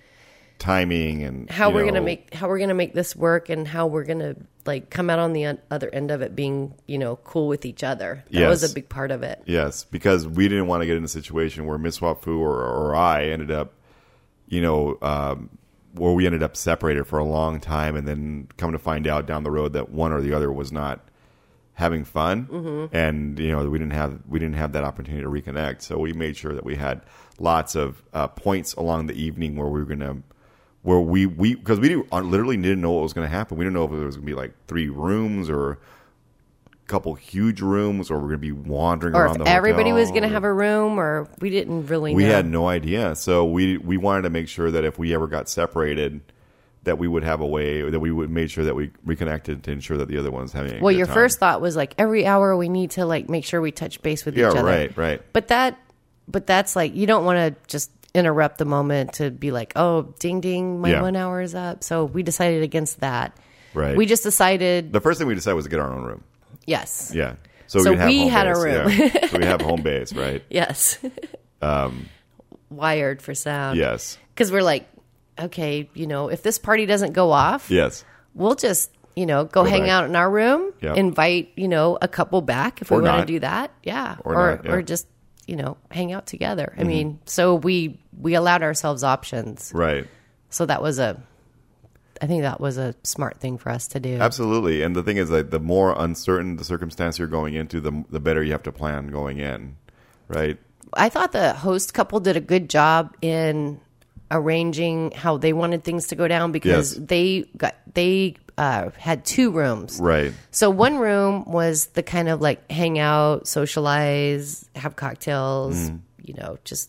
[SPEAKER 1] timing and
[SPEAKER 2] how
[SPEAKER 1] you
[SPEAKER 2] we're gonna
[SPEAKER 1] know,
[SPEAKER 2] make how we're gonna make this work and how we're gonna like come out on the o- other end of it being you know cool with each other. That was
[SPEAKER 1] Yes.
[SPEAKER 2] a big part of it.
[SPEAKER 1] yes because we didn't want to get in a situation where Miss Wafu or, or I ended up you know um, where we ended up separated for a long time and then come to find out down the road that one or the other was not having fun
[SPEAKER 2] Mm-hmm.
[SPEAKER 1] and you know we didn't have we didn't have that opportunity to reconnect so we made sure that we had lots of uh, points along the evening where we were gonna where we we because we didn't- uh, literally didn't know what was gonna happen we didn't know if it was gonna be like three rooms or a couple huge rooms or we're gonna be wandering
[SPEAKER 2] Or
[SPEAKER 1] around
[SPEAKER 2] if
[SPEAKER 1] the
[SPEAKER 2] everybody was
[SPEAKER 1] hotel
[SPEAKER 2] gonna have a room, or we didn't really.
[SPEAKER 1] we
[SPEAKER 2] know.
[SPEAKER 1] had no idea so we we wanted to make sure that if we ever got separated that we would have a way that we would made sure that we reconnected to ensure that the other one's having a
[SPEAKER 2] Well,
[SPEAKER 1] good
[SPEAKER 2] your
[SPEAKER 1] time.
[SPEAKER 2] first thought was like every hour we need to like make sure we touch base with
[SPEAKER 1] yeah
[SPEAKER 2] each other.
[SPEAKER 1] right right
[SPEAKER 2] But that but that's like you don't want to just interrupt the moment to be like, "Oh, ding ding, my
[SPEAKER 1] Yeah.
[SPEAKER 2] 1 hour is up." So we decided against that.
[SPEAKER 1] right
[SPEAKER 2] We just decided
[SPEAKER 1] the first thing we decided was to get our own room
[SPEAKER 2] yes.
[SPEAKER 1] yeah so,
[SPEAKER 2] So
[SPEAKER 1] we'd have
[SPEAKER 2] we
[SPEAKER 1] home
[SPEAKER 2] had a
[SPEAKER 1] base.
[SPEAKER 2] room.
[SPEAKER 1] yeah. so we have home base right
[SPEAKER 2] Yes. um wired for sound.
[SPEAKER 1] yes
[SPEAKER 2] Cuz we're like, okay, you know, if this party doesn't go off,
[SPEAKER 1] yes
[SPEAKER 2] we'll just you know, go, hang
[SPEAKER 1] back.
[SPEAKER 2] out in our room,
[SPEAKER 1] Yeah.
[SPEAKER 2] invite, you know, a couple back if
[SPEAKER 1] Or
[SPEAKER 2] we want to
[SPEAKER 1] not.
[SPEAKER 2] do that. Yeah.
[SPEAKER 1] Or not, yeah. Mm-hmm.
[SPEAKER 2] or just, you know, hang out together. I mean, so we we allowed ourselves options.
[SPEAKER 1] right
[SPEAKER 2] So that was a, I think that was a smart thing for us to do.
[SPEAKER 1] absolutely and the thing is like the more uncertain the circumstance you're going into the the better you have to plan going in right
[SPEAKER 2] I thought the host couple did a good job in arranging how they wanted things to go down because
[SPEAKER 1] Yes.
[SPEAKER 2] they got they uh, had two rooms.
[SPEAKER 1] right
[SPEAKER 2] So one room was the kind of like hang out, socialize, have cocktails,
[SPEAKER 1] Mm.
[SPEAKER 2] you know, just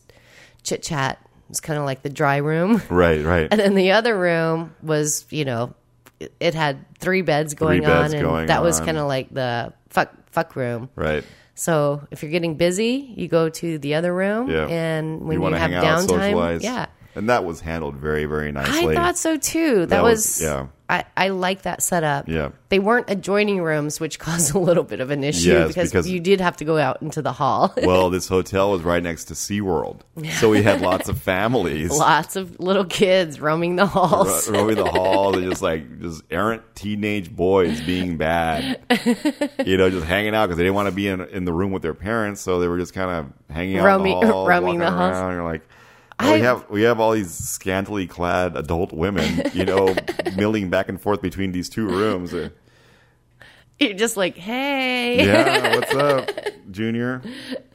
[SPEAKER 2] chit chat. It's kind of like the dry room.
[SPEAKER 1] right right
[SPEAKER 2] And then the other room was, you know, it- it had three beds going
[SPEAKER 1] beds
[SPEAKER 2] on, and
[SPEAKER 1] going
[SPEAKER 2] that was
[SPEAKER 1] on.
[SPEAKER 2] kind of like the fuck fuck room.
[SPEAKER 1] right
[SPEAKER 2] So if you're getting busy, you go to the other room,
[SPEAKER 1] Yeah.
[SPEAKER 2] and when
[SPEAKER 1] You
[SPEAKER 2] you,
[SPEAKER 1] wanna
[SPEAKER 2] have
[SPEAKER 1] hang out,
[SPEAKER 2] downtime,
[SPEAKER 1] socialize.
[SPEAKER 2] yeah,
[SPEAKER 1] and that was handled very, very nicely.
[SPEAKER 2] I thought so too. That,
[SPEAKER 1] That was-
[SPEAKER 2] was,
[SPEAKER 1] yeah.
[SPEAKER 2] I, I like that setup.
[SPEAKER 1] Yeah.
[SPEAKER 2] They weren't adjoining rooms, which caused a little bit of an issue
[SPEAKER 1] Yes,
[SPEAKER 2] because,
[SPEAKER 1] because-
[SPEAKER 2] you did have to go out into the hall.
[SPEAKER 1] well, this hotel was right next to SeaWorld. So we had lots of families
[SPEAKER 2] Lots of little kids roaming the halls.
[SPEAKER 1] ro- roaming the hall. They're just like just errant teenage boys being bad. you know, just hanging out because they didn't want to be in, in the room with their parents. So they were just kind of hanging out in
[SPEAKER 2] Roaming-
[SPEAKER 1] the halls,
[SPEAKER 2] roaming
[SPEAKER 1] walking
[SPEAKER 2] the halls.
[SPEAKER 1] around. You're like, oh, we
[SPEAKER 2] I-
[SPEAKER 1] have we have all these scantily clad adult women, you know, milling back and forth between these two rooms. They're-
[SPEAKER 2] You're just like, hey.
[SPEAKER 1] yeah, what's up, Junior?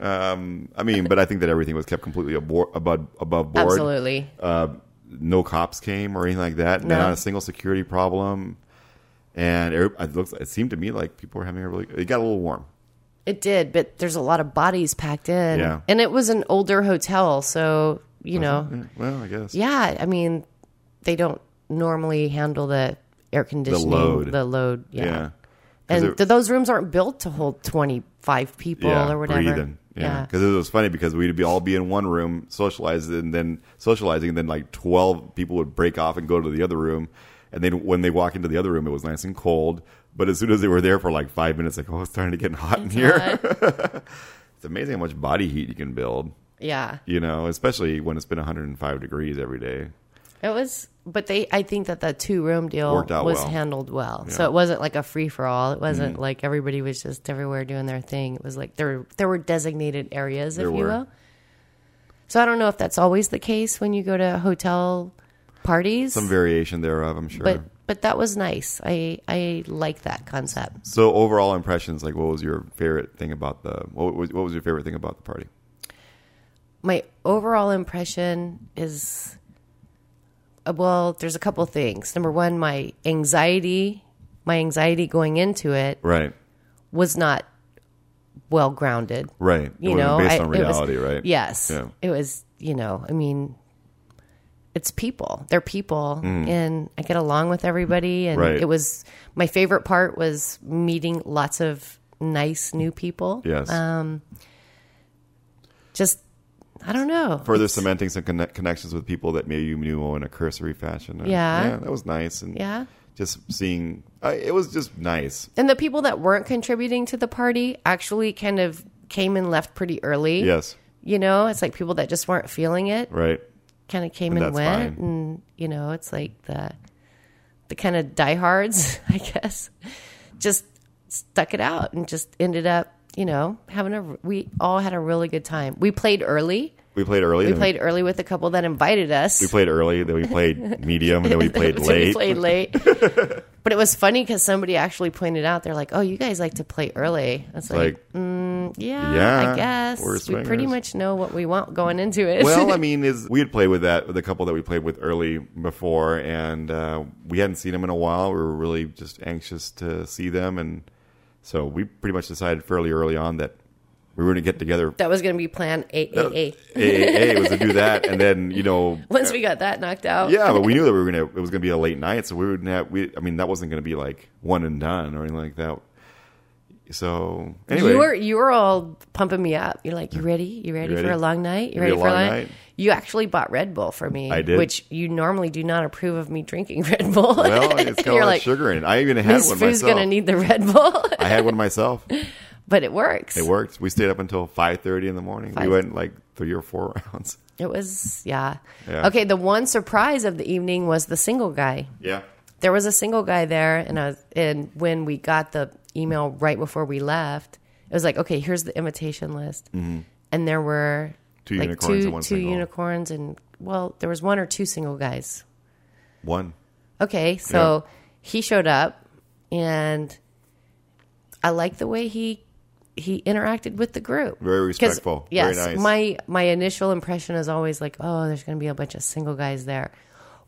[SPEAKER 1] Um, I mean, but I think that everything was kept completely abor- above above board.
[SPEAKER 2] Absolutely.
[SPEAKER 1] Uh, no cops came or anything like that.
[SPEAKER 2] No.
[SPEAKER 1] Not a single security problem. And it, it looks. It seemed to me like people were having a really. It got a little warm.
[SPEAKER 2] It did, but there's a lot of bodies packed in.
[SPEAKER 1] Yeah. Mm-hmm.
[SPEAKER 2] And it was an older hotel, so, you know,
[SPEAKER 1] Yeah, Well, I guess.
[SPEAKER 2] yeah, I mean, they don't normally handle the air conditioning,
[SPEAKER 1] load.
[SPEAKER 2] the load, yeah.
[SPEAKER 1] Yeah. 'Cause
[SPEAKER 2] And
[SPEAKER 1] it-
[SPEAKER 2] th- those rooms aren't built to hold 25 people
[SPEAKER 1] yeah,
[SPEAKER 2] or whatever.
[SPEAKER 1] breathing. Yeah, because it was funny because we'd be all be in one room socializing, and then socializing, and then like twelve people would break off and go to the other room, and then when they walk into the other room, it was nice and cold. But as soon as they were there for like five minutes, like oh, it's starting to get hot in here. it's amazing how much body heat you can build.
[SPEAKER 2] Yeah.
[SPEAKER 1] You know, especially when it's been 105 degrees every day.
[SPEAKER 2] It was, but they, I think that the two room deal
[SPEAKER 1] Worked out
[SPEAKER 2] was
[SPEAKER 1] well. Mm-hmm.
[SPEAKER 2] handled well. So it wasn't like a free for all. It wasn't like everybody was just everywhere doing their thing. It was like there, there were designated areas,
[SPEAKER 1] There
[SPEAKER 2] if you
[SPEAKER 1] were.
[SPEAKER 2] will. So I don't know if that's always the case when you go to hotel parties,
[SPEAKER 1] Some variation thereof, I'm sure.
[SPEAKER 2] but but that was nice. I I like that concept.
[SPEAKER 1] so overall impressions, like what was your favorite thing about the what was what was your favorite thing about the party?
[SPEAKER 2] My overall impression is, uh, well, there's a couple things. Number one, my anxiety, my anxiety going into it
[SPEAKER 1] Right,
[SPEAKER 2] was not well grounded.
[SPEAKER 1] right.
[SPEAKER 2] You
[SPEAKER 1] it
[SPEAKER 2] know,
[SPEAKER 1] was based
[SPEAKER 2] I-
[SPEAKER 1] on
[SPEAKER 2] it was-
[SPEAKER 1] reality, right?
[SPEAKER 2] Yes,
[SPEAKER 1] Yeah.
[SPEAKER 2] it was. You know, I mean, it's people. They're people, and I get along with everybody. And
[SPEAKER 1] Mm. Right.
[SPEAKER 2] it was my favorite part was meeting lots of nice new people.
[SPEAKER 1] Yes.
[SPEAKER 2] Um, Just I don't know.
[SPEAKER 1] further cementing some connect- connections with people that maybe you knew in a cursory fashion. And,
[SPEAKER 2] Yeah.
[SPEAKER 1] that was nice. And
[SPEAKER 2] Yeah.
[SPEAKER 1] just seeing I it was just nice.
[SPEAKER 2] and the people that weren't contributing to the party actually kind of came and left pretty early.
[SPEAKER 1] Yes,
[SPEAKER 2] You know, it's like people that just weren't feeling it.
[SPEAKER 1] right.
[SPEAKER 2] kind of came
[SPEAKER 1] And
[SPEAKER 2] and,
[SPEAKER 1] that's
[SPEAKER 2] went,
[SPEAKER 1] fine.
[SPEAKER 2] and you know, it's like the the kind of diehards, I guess, just stuck it out and just ended up, you know, having a. We all had a really good time. We played early.
[SPEAKER 1] We played early.
[SPEAKER 2] We played early with a couple that invited us.
[SPEAKER 1] We played early. Then we played medium, and then we played
[SPEAKER 2] So
[SPEAKER 1] late.
[SPEAKER 2] We played late. but it was funny because somebody actually pointed out they're like, "Oh, you guys like to play early." It's like,
[SPEAKER 1] like
[SPEAKER 2] yeah,
[SPEAKER 1] yeah,
[SPEAKER 2] I guess
[SPEAKER 1] we're
[SPEAKER 2] we pretty
[SPEAKER 1] swingers."
[SPEAKER 2] much know what we want going into it.
[SPEAKER 1] well, uh, I mean, is we had played with that with the couple that we played with early before, and uh, we hadn't seen them in a while. We were really just anxious to see them, and so we pretty much decided fairly early on that we were going to get together.
[SPEAKER 2] that was going to be plan A A
[SPEAKER 1] uh,
[SPEAKER 2] A.
[SPEAKER 1] AAA was to do that, and then you know,
[SPEAKER 2] Once we got that knocked out,
[SPEAKER 1] uh, yeah, but we knew that we were gonna it was gonna be a late night, so we wouldn't have. We, I mean, that wasn't gonna be like one and done or anything like that. So anyway,
[SPEAKER 2] You were you were all pumping me up. You're like, you ready? You ready,
[SPEAKER 1] ready?
[SPEAKER 2] for a long night? You
[SPEAKER 1] Gonna
[SPEAKER 2] ready
[SPEAKER 1] be
[SPEAKER 2] for
[SPEAKER 1] a
[SPEAKER 2] a
[SPEAKER 1] long
[SPEAKER 2] long
[SPEAKER 1] night?
[SPEAKER 2] night? You actually bought Red Bull for me.
[SPEAKER 1] I did.
[SPEAKER 2] which you normally do not approve of me drinking Red Bull.
[SPEAKER 1] well, it's got a
[SPEAKER 2] You're
[SPEAKER 1] lot of
[SPEAKER 2] like,
[SPEAKER 1] sugar in it. I even had
[SPEAKER 2] this
[SPEAKER 1] one
[SPEAKER 2] food's
[SPEAKER 1] myself.
[SPEAKER 2] gonna need the Red Bull,
[SPEAKER 1] I had one myself.
[SPEAKER 2] but it works.
[SPEAKER 1] It worked. We stayed up until five thirty in the morning. We
[SPEAKER 2] Five.
[SPEAKER 1] went like three or four rounds.
[SPEAKER 2] It was yeah.
[SPEAKER 1] Yeah.
[SPEAKER 2] Okay, the one surprise of the evening was the single guy.
[SPEAKER 1] Yeah.
[SPEAKER 2] There was a single guy there, and I was, and when we got the email right before we left, it was like, okay, here's the invitation list, and there were
[SPEAKER 1] Mm-hmm. Two
[SPEAKER 2] like
[SPEAKER 1] unicorns
[SPEAKER 2] two,
[SPEAKER 1] and one
[SPEAKER 2] two
[SPEAKER 1] single.
[SPEAKER 2] unicorns, and well, there was one or two single guys.
[SPEAKER 1] One.
[SPEAKER 2] Okay, so he showed up, and I like the way he he interacted with the group.
[SPEAKER 1] Very
[SPEAKER 2] 'Cause,
[SPEAKER 1] respectful. Very
[SPEAKER 2] Yes,
[SPEAKER 1] nice.
[SPEAKER 2] my my initial impression is always like, oh, there's going to be a bunch of single guys there,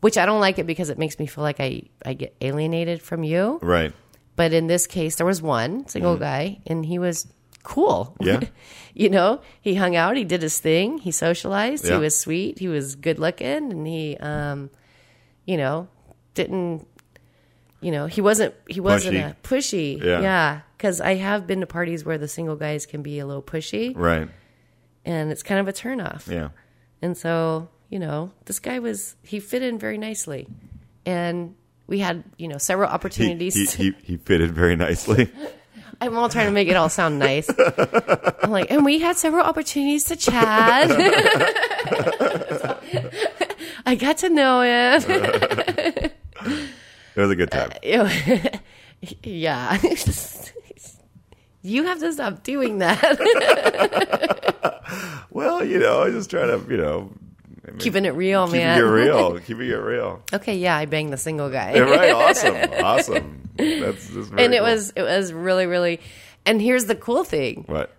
[SPEAKER 2] which I don't like it because it makes me feel like I I get alienated from you.
[SPEAKER 1] Right.
[SPEAKER 2] But in this case, there was one single guy, and he was cool.
[SPEAKER 1] Mm. Yeah.
[SPEAKER 2] you know, he hung out, he did his thing, he socialized,
[SPEAKER 1] Yeah.
[SPEAKER 2] he was sweet, he was good looking, and he, um, you know, didn't, you know, he wasn't he wasn't
[SPEAKER 1] Pushy.
[SPEAKER 2] a pushy.
[SPEAKER 1] Yeah.
[SPEAKER 2] because I have been to parties where the single guys can be a little pushy,
[SPEAKER 1] Right.
[SPEAKER 2] and it's kind of a turnoff.
[SPEAKER 1] Yeah.
[SPEAKER 2] And so you know, this guy was he fit in very nicely, and we had you know several
[SPEAKER 1] He,
[SPEAKER 2] opportunities.
[SPEAKER 1] he,
[SPEAKER 2] to-
[SPEAKER 1] he, he fitted very nicely.
[SPEAKER 2] I'm all trying to make it all sound nice. I'm like, and we had several opportunities to chat. I got to know him.
[SPEAKER 1] It was a good
[SPEAKER 2] Uh,
[SPEAKER 1] time.
[SPEAKER 2] Ew. yeah. you have to stop doing that.
[SPEAKER 1] Well, you know, I just try to, you know, I mean,
[SPEAKER 2] Keeping it real,
[SPEAKER 1] keeping
[SPEAKER 2] man.
[SPEAKER 1] it real. keeping it real.
[SPEAKER 2] Okay, yeah, I banged the single guy.
[SPEAKER 1] Yeah, right. Awesome. Awesome. That's just very
[SPEAKER 2] and it
[SPEAKER 1] cool.
[SPEAKER 2] was it was really really and here's the cool thing.
[SPEAKER 1] what?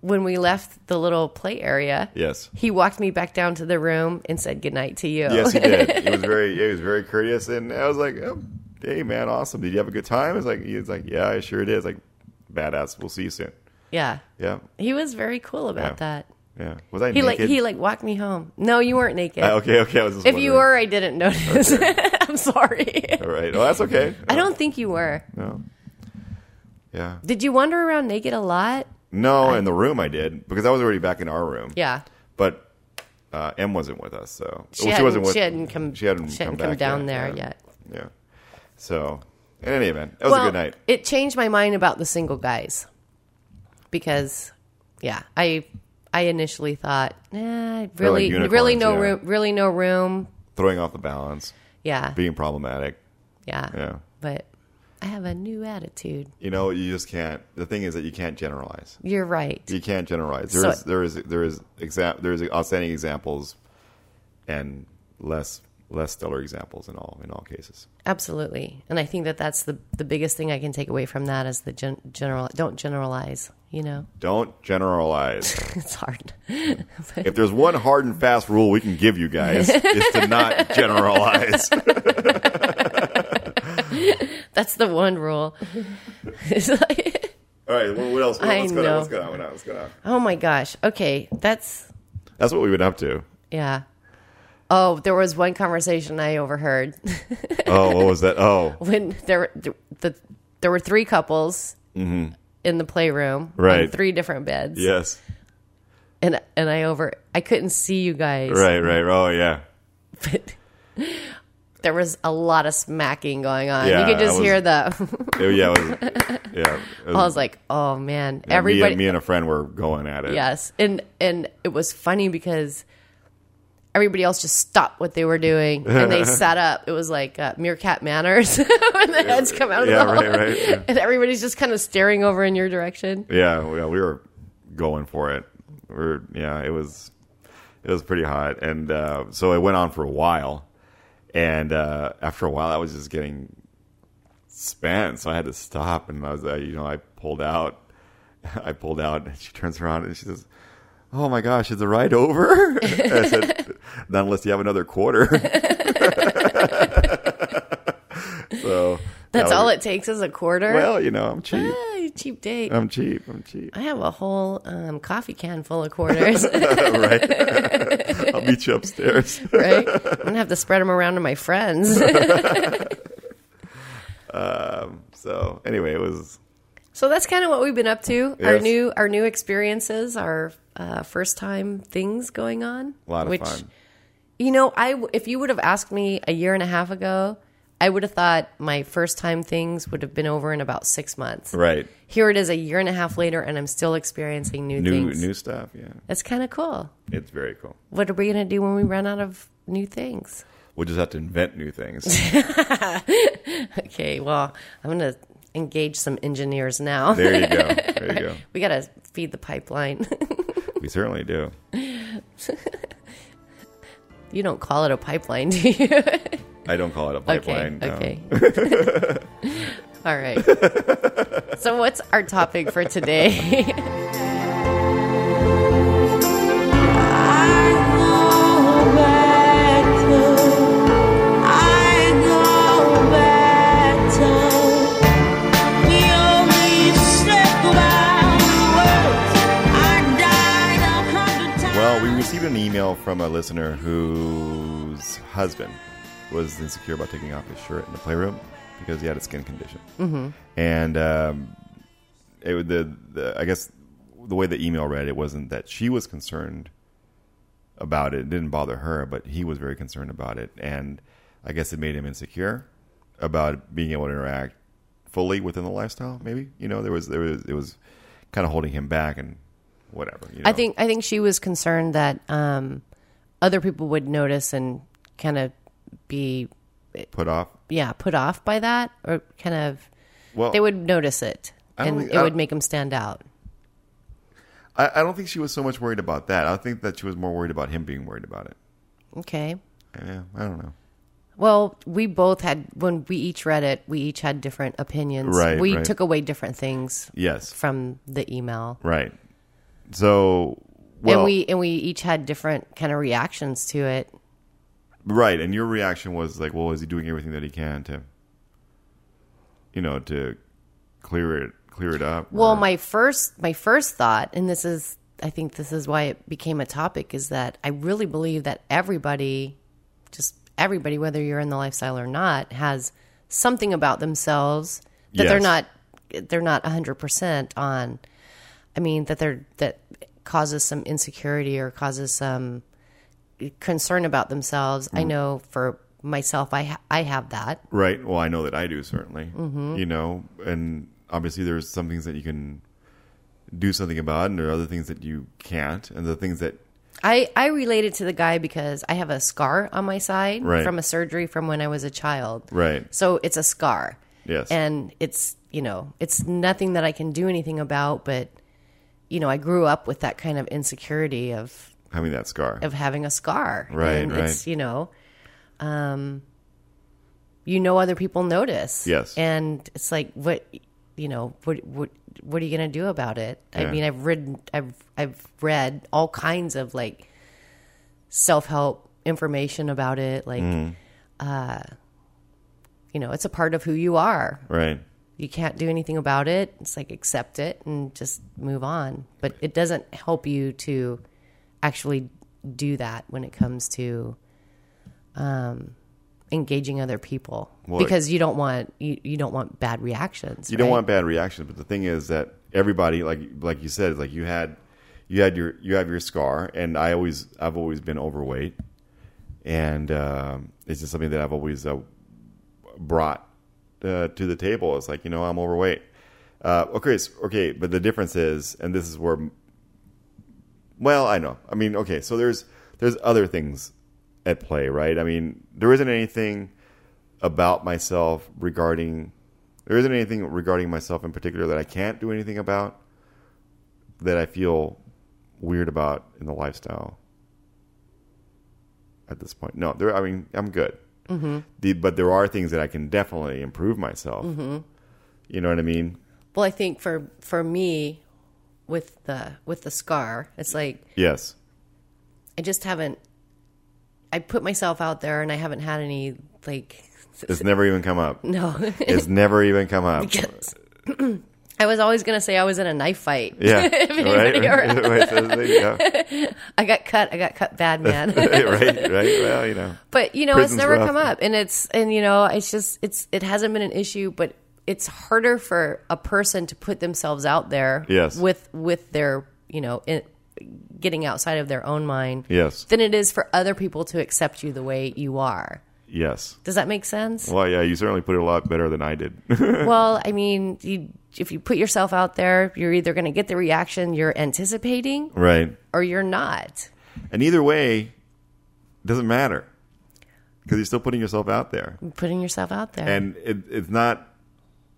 [SPEAKER 2] When we left the little play area,
[SPEAKER 1] Yes.
[SPEAKER 2] he walked me back down to the room and said goodnight to you.
[SPEAKER 1] Yes, he did. He was very, he was very courteous, and I was like, oh, "Hey, man, awesome! Did you have a good time?" It's like he's like, "Yeah, I sure did." It's like, "Badass! We'll see you soon."
[SPEAKER 2] yeah.
[SPEAKER 1] Yeah,
[SPEAKER 2] He was very cool
[SPEAKER 1] Yeah.
[SPEAKER 2] about that.
[SPEAKER 1] yeah. Was I
[SPEAKER 2] He like
[SPEAKER 1] naked?
[SPEAKER 2] he like walked me home. No, you weren't naked.
[SPEAKER 1] Uh, okay, okay. I was just
[SPEAKER 2] if you
[SPEAKER 1] wondering.
[SPEAKER 2] were, I didn't notice. I'm sorry.
[SPEAKER 1] all right. Well, that's okay.
[SPEAKER 2] I don't think you were.
[SPEAKER 1] No. Yeah.
[SPEAKER 2] Did you wander around naked a lot?
[SPEAKER 1] No, in the room I did because I was already back in our room.
[SPEAKER 2] Yeah.
[SPEAKER 1] But uh, M wasn't with us, so
[SPEAKER 2] She,
[SPEAKER 1] Well,
[SPEAKER 2] hadn't,
[SPEAKER 1] wasn't with.
[SPEAKER 2] she hadn't come
[SPEAKER 1] she hadn't
[SPEAKER 2] she hadn't
[SPEAKER 1] come
[SPEAKER 2] come,
[SPEAKER 1] back
[SPEAKER 2] down
[SPEAKER 1] yet,
[SPEAKER 2] there
[SPEAKER 1] yeah.
[SPEAKER 2] yet.
[SPEAKER 1] Yeah. So, in any event, it was a good night.
[SPEAKER 2] It changed my mind about the single guys because, yeah, I I initially thought, nah, really,
[SPEAKER 1] unicorns,
[SPEAKER 2] really no
[SPEAKER 1] yeah.
[SPEAKER 2] room, really no room.
[SPEAKER 1] Throwing off the balance,
[SPEAKER 2] Yeah,
[SPEAKER 1] being problematic.
[SPEAKER 2] yeah,
[SPEAKER 1] Yeah.
[SPEAKER 2] But I have a new attitude.
[SPEAKER 1] You know, you just can't. The thing is that you can't generalize.
[SPEAKER 2] You're right.
[SPEAKER 1] You can't generalize. There
[SPEAKER 2] So-
[SPEAKER 1] is there is there is exa- there is outstanding examples, and less less stellar examples in all in all cases.
[SPEAKER 2] Absolutely. And I think that that's the the biggest thing I can take away from that is the gen- general don't generalize, you know.
[SPEAKER 1] Don't generalize.
[SPEAKER 2] it's hard.
[SPEAKER 1] if there's one hard and fast rule we can give you guys, it's to not generalize.
[SPEAKER 2] that's the one rule. It's like-
[SPEAKER 1] All right, well, what else? What,
[SPEAKER 2] I
[SPEAKER 1] what's going on?
[SPEAKER 2] know.
[SPEAKER 1] What's going on? What's going on? What's going on?
[SPEAKER 2] oh my gosh. Okay, that's
[SPEAKER 1] That's what we've been up to.
[SPEAKER 2] Yeah. Oh, there was one conversation I overheard
[SPEAKER 1] Oh, what was that? Oh,
[SPEAKER 2] when there the there were three couples in the playroom, on
[SPEAKER 1] Mm-hmm. Right.
[SPEAKER 2] three different beds,
[SPEAKER 1] yes.
[SPEAKER 2] and and I over I couldn't see you guys,
[SPEAKER 1] Right, right. Oh, yeah.
[SPEAKER 2] but there was a lot of smacking going on.
[SPEAKER 1] Yeah,
[SPEAKER 2] you could
[SPEAKER 1] I
[SPEAKER 2] just
[SPEAKER 1] was-
[SPEAKER 2] hear the.
[SPEAKER 1] It- Oh, yeah, it was, yeah. It
[SPEAKER 2] I
[SPEAKER 1] was-
[SPEAKER 2] was like, oh man,
[SPEAKER 1] me,
[SPEAKER 2] everybody.
[SPEAKER 1] and, me and a friend were going at it.
[SPEAKER 2] Yes, and and it was funny because everybody else just stopped what they were doing and they sat up. It was like uh, meerkat manners when the heads come out of
[SPEAKER 1] Yeah,
[SPEAKER 2] the
[SPEAKER 1] right,
[SPEAKER 2] hole,
[SPEAKER 1] right. Yeah.
[SPEAKER 2] and everybody's just kind of staring over in your direction.
[SPEAKER 1] Yeah, we- yeah, we were going for it. We are yeah, it was it was pretty hot, and uh, so it went on for a while. And uh, after a while, I was just getting spent, so I had to stop. And I was, uh, you know, I pulled out. I pulled out, and she turns around and she says, "Oh my gosh, is the ride over?" And I said, "Not unless you have another quarter." so
[SPEAKER 2] That's
[SPEAKER 1] that
[SPEAKER 2] all
[SPEAKER 1] was-
[SPEAKER 2] it takes is a quarter.
[SPEAKER 1] Well, um, you know, I'm cheap.
[SPEAKER 2] Ah, cheap date.
[SPEAKER 1] I'm cheap. I'm cheap.
[SPEAKER 2] I have a whole um, coffee can full of quarters,
[SPEAKER 1] right? I'll meet you upstairs.
[SPEAKER 2] right? I'm gonna have to spread them around to my friends.
[SPEAKER 1] Um, So anyway, it was
[SPEAKER 2] so that's kind of what we've been up to. Our
[SPEAKER 1] Yes.
[SPEAKER 2] new our new experiences, our uh, first time things going on.
[SPEAKER 1] a lot of
[SPEAKER 2] which
[SPEAKER 1] fun.
[SPEAKER 2] You know, I w- if you would have asked me a year and a half ago, I would have thought my first time things would have been over in about six months.
[SPEAKER 1] Right.
[SPEAKER 2] Here it is, a year and a half later, and I'm still experiencing new,
[SPEAKER 1] New
[SPEAKER 2] things.
[SPEAKER 1] new stuff, yeah.
[SPEAKER 2] That's kind of cool.
[SPEAKER 1] It's very cool.
[SPEAKER 2] What are we gonna do when we run out of new things?
[SPEAKER 1] We'll just have to invent new things.
[SPEAKER 2] Okay, well, I'm gonna engage some engineers now.
[SPEAKER 1] There you go. There you go.
[SPEAKER 2] we gotta feed the pipeline.
[SPEAKER 1] We certainly do.
[SPEAKER 2] you don't call it a pipeline, do you?
[SPEAKER 1] I don't call it a pipeline. no.
[SPEAKER 2] Okay. Okay. All right. So, what's our topic for today?
[SPEAKER 1] Well, we received an email from a listener whose husband was insecure about taking off his shirt in the playroom because he had a skin condition. Mm-hmm. And um, it, would- the, the I guess the way the email read it wasn't that she was concerned about it. It didn't bother her, but he was very concerned about it. And I guess it made him insecure about being able to interact fully within the lifestyle, maybe. You know, there was there was it was kind of holding him back and whatever. You know?
[SPEAKER 2] I think I think she was concerned that um, other people would notice and kind of be
[SPEAKER 1] put off.
[SPEAKER 2] yeah put off by that or kind of
[SPEAKER 1] Well
[SPEAKER 2] they would notice it
[SPEAKER 1] I don't
[SPEAKER 2] and
[SPEAKER 1] think- I
[SPEAKER 2] it would
[SPEAKER 1] don't-
[SPEAKER 2] make them stand out.
[SPEAKER 1] I, I don't think she was so much worried about that. I think that she was more worried about him being worried about it.
[SPEAKER 2] Okay.
[SPEAKER 1] Yeah, I don't know.
[SPEAKER 2] Well, we both had when we each read it, we each had different opinions.
[SPEAKER 1] Right,
[SPEAKER 2] we
[SPEAKER 1] right.
[SPEAKER 2] took away different things
[SPEAKER 1] Yes.
[SPEAKER 2] from the email.
[SPEAKER 1] Right. So well,
[SPEAKER 2] and we and we each had different kind of reactions to it.
[SPEAKER 1] right, and your reaction was like, "Well, is he doing everything that he can to, you know, to clear it, clear it up?"
[SPEAKER 2] Well,
[SPEAKER 1] or-
[SPEAKER 2] my first my first thought, and this is I think this is why it became a topic, is that I really believe that everybody, just everybody, whether you're in the lifestyle or not, has something about themselves that they're
[SPEAKER 1] Yes.
[SPEAKER 2] not they're not hundred percent on. I mean that they're that causes some insecurity or causes some concern about themselves. I know for myself, I ha- I have that.
[SPEAKER 1] Right. Well, I know that I do certainly.
[SPEAKER 2] Mm-hmm.
[SPEAKER 1] You know, and obviously there's some things that you can do something about, and there are other things that you can't, and the things that
[SPEAKER 2] I, I related to the guy because I have a scar on my side
[SPEAKER 1] Right.
[SPEAKER 2] from a surgery from when I was a child.
[SPEAKER 1] right.
[SPEAKER 2] So it's a scar.
[SPEAKER 1] Yes.
[SPEAKER 2] And it's, you know, it's nothing that I can do anything about, but, you know, I grew up with that kind of insecurity of,
[SPEAKER 1] Having that scar.
[SPEAKER 2] of having a scar.
[SPEAKER 1] Right,
[SPEAKER 2] And it's,
[SPEAKER 1] right.
[SPEAKER 2] you know, um, you know, other people notice.
[SPEAKER 1] Yes.
[SPEAKER 2] And it's like, what, you know, what, what, what are you going to do about it? I
[SPEAKER 1] Yeah.
[SPEAKER 2] mean, I've read, I've, I've read all kinds of like self help information about it. Like,
[SPEAKER 1] Mm.
[SPEAKER 2] uh, you know, it's a part of who you are.
[SPEAKER 1] right.
[SPEAKER 2] You can't do anything about it. It's like accept it and just move on. But it doesn't help you to actually do that when it comes to um, engaging other people
[SPEAKER 1] Well,
[SPEAKER 2] because you don't want you, you don't want bad reactions.
[SPEAKER 1] You don't
[SPEAKER 2] right?
[SPEAKER 1] want bad reactions, but the thing is that everybody, like like you said, like you had, you had your you have your scar, and I always I've always been overweight, and um, it's just something that I've always uh, brought uh, to the table. It's like you know I'm overweight. Uh, okay, s- okay, but the difference is, and this is where, well, I know. I mean, okay, so there's there's other things at play, right? I mean, there isn't anything about myself regarding there isn't anything regarding myself in particular that I can't do anything about that I feel weird about in the lifestyle at this point. No, there I mean I'm good. Mm-hmm. The, but there are things that I can definitely improve myself. You know what I mean?
[SPEAKER 2] Well, I think for for me with the with the scar, it's like
[SPEAKER 1] Yes.
[SPEAKER 2] I just haven't. I put myself out there, and I haven't had any like
[SPEAKER 1] It's never even come up.
[SPEAKER 2] no.
[SPEAKER 1] It's never even come up.
[SPEAKER 2] Yes. I was always gonna say I was in a knife fight.
[SPEAKER 1] Yeah.
[SPEAKER 2] anybody
[SPEAKER 1] right? right. so there you go.
[SPEAKER 2] I got cut. I got cut bad, man.
[SPEAKER 1] right. Right. Well, you know.
[SPEAKER 2] but you know,
[SPEAKER 1] Prison's
[SPEAKER 2] it's never
[SPEAKER 1] rough.
[SPEAKER 2] come up, and it's and you know, it's just it's it hasn't been an issue, but it's harder for a person to put themselves out there.
[SPEAKER 1] Yes.
[SPEAKER 2] With with their you know in, getting outside of their own mind
[SPEAKER 1] Yes.
[SPEAKER 2] than it is for other people to accept you the way you are.
[SPEAKER 1] Yes.
[SPEAKER 2] Does that make sense?
[SPEAKER 1] Well, yeah, you certainly put it a lot better than I did.
[SPEAKER 2] well, I mean, you, if you put yourself out there, you're either going to get the reaction you're anticipating
[SPEAKER 1] right.
[SPEAKER 2] or you're not.
[SPEAKER 1] And either way, it doesn't matter because you're still putting yourself out there.
[SPEAKER 2] Putting yourself out there.
[SPEAKER 1] And it, it's not,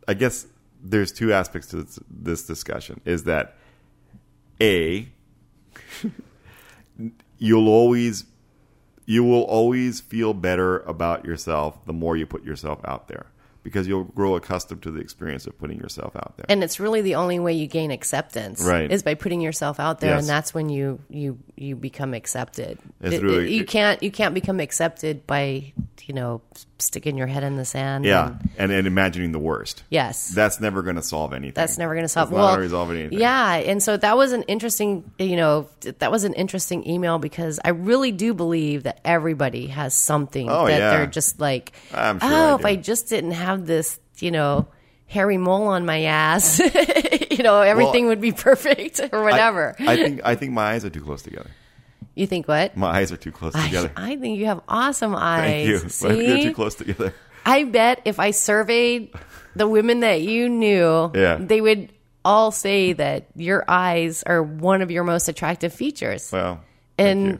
[SPEAKER 1] I guess there's two aspects to this, this discussion is that A, you'll always, you will always feel better about yourself the more you put yourself out there because you'll grow accustomed to the experience of putting yourself out there.
[SPEAKER 2] and it's really the only way you gain acceptance
[SPEAKER 1] Right.
[SPEAKER 2] is by putting yourself out there
[SPEAKER 1] Yes.
[SPEAKER 2] and that's when you you you become accepted
[SPEAKER 1] It's
[SPEAKER 2] It- it-
[SPEAKER 1] really-
[SPEAKER 2] you can't you can't become accepted by you know sticking your head in the sand
[SPEAKER 1] yeah.
[SPEAKER 2] and-
[SPEAKER 1] And, and imagining the worst.
[SPEAKER 2] yes
[SPEAKER 1] That's never going to solve anything.
[SPEAKER 2] that's never going to solve
[SPEAKER 1] It's not
[SPEAKER 2] well,
[SPEAKER 1] gonna resolve anything.
[SPEAKER 2] Yeah, and so that was an interesting, you know, that was an interesting email because I really do believe that everybody has something
[SPEAKER 1] Oh,
[SPEAKER 2] that
[SPEAKER 1] yeah.
[SPEAKER 2] they're just like,
[SPEAKER 1] I'm sure
[SPEAKER 2] oh,
[SPEAKER 1] I
[SPEAKER 2] if
[SPEAKER 1] do."
[SPEAKER 2] I just didn't have this, you know, hairy mole on my ass, you know, everything would be perfect or
[SPEAKER 1] I-
[SPEAKER 2] whatever.
[SPEAKER 1] I, think I think my eyes are too close together.
[SPEAKER 2] You think what?
[SPEAKER 1] My eyes are too close
[SPEAKER 2] I,
[SPEAKER 1] together.
[SPEAKER 2] I think you have awesome eyes.
[SPEAKER 1] Thank you. They're
[SPEAKER 2] See?
[SPEAKER 1] too close together.
[SPEAKER 2] I bet if I surveyed the women that you knew,
[SPEAKER 1] Yeah.
[SPEAKER 2] they would all say that your eyes are one of your most attractive features.
[SPEAKER 1] Well,
[SPEAKER 2] and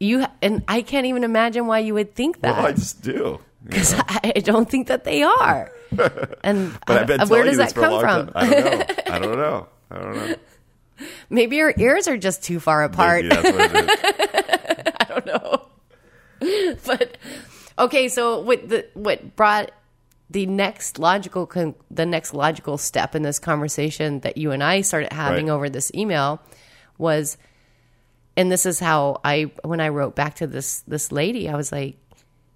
[SPEAKER 1] you.
[SPEAKER 2] you. and I can't even imagine why you would think
[SPEAKER 1] well, I
[SPEAKER 2] that
[SPEAKER 1] just do.
[SPEAKER 2] because I, I don't think that they are. And
[SPEAKER 1] But
[SPEAKER 2] I-
[SPEAKER 1] I've been
[SPEAKER 2] Uh, where
[SPEAKER 1] telling you
[SPEAKER 2] does
[SPEAKER 1] this
[SPEAKER 2] that
[SPEAKER 1] for a
[SPEAKER 2] come
[SPEAKER 1] long
[SPEAKER 2] from?
[SPEAKER 1] time. I don't know. I don't know. I don't know.
[SPEAKER 2] Maybe your ears are just too far apart.
[SPEAKER 1] Maybe that's what it is.
[SPEAKER 2] but okay, so what the what brought the next logical con- the next logical step in this conversation that you and I started having
[SPEAKER 1] Right.
[SPEAKER 2] over this email was and this is how I when I wrote back to this this lady, I was like,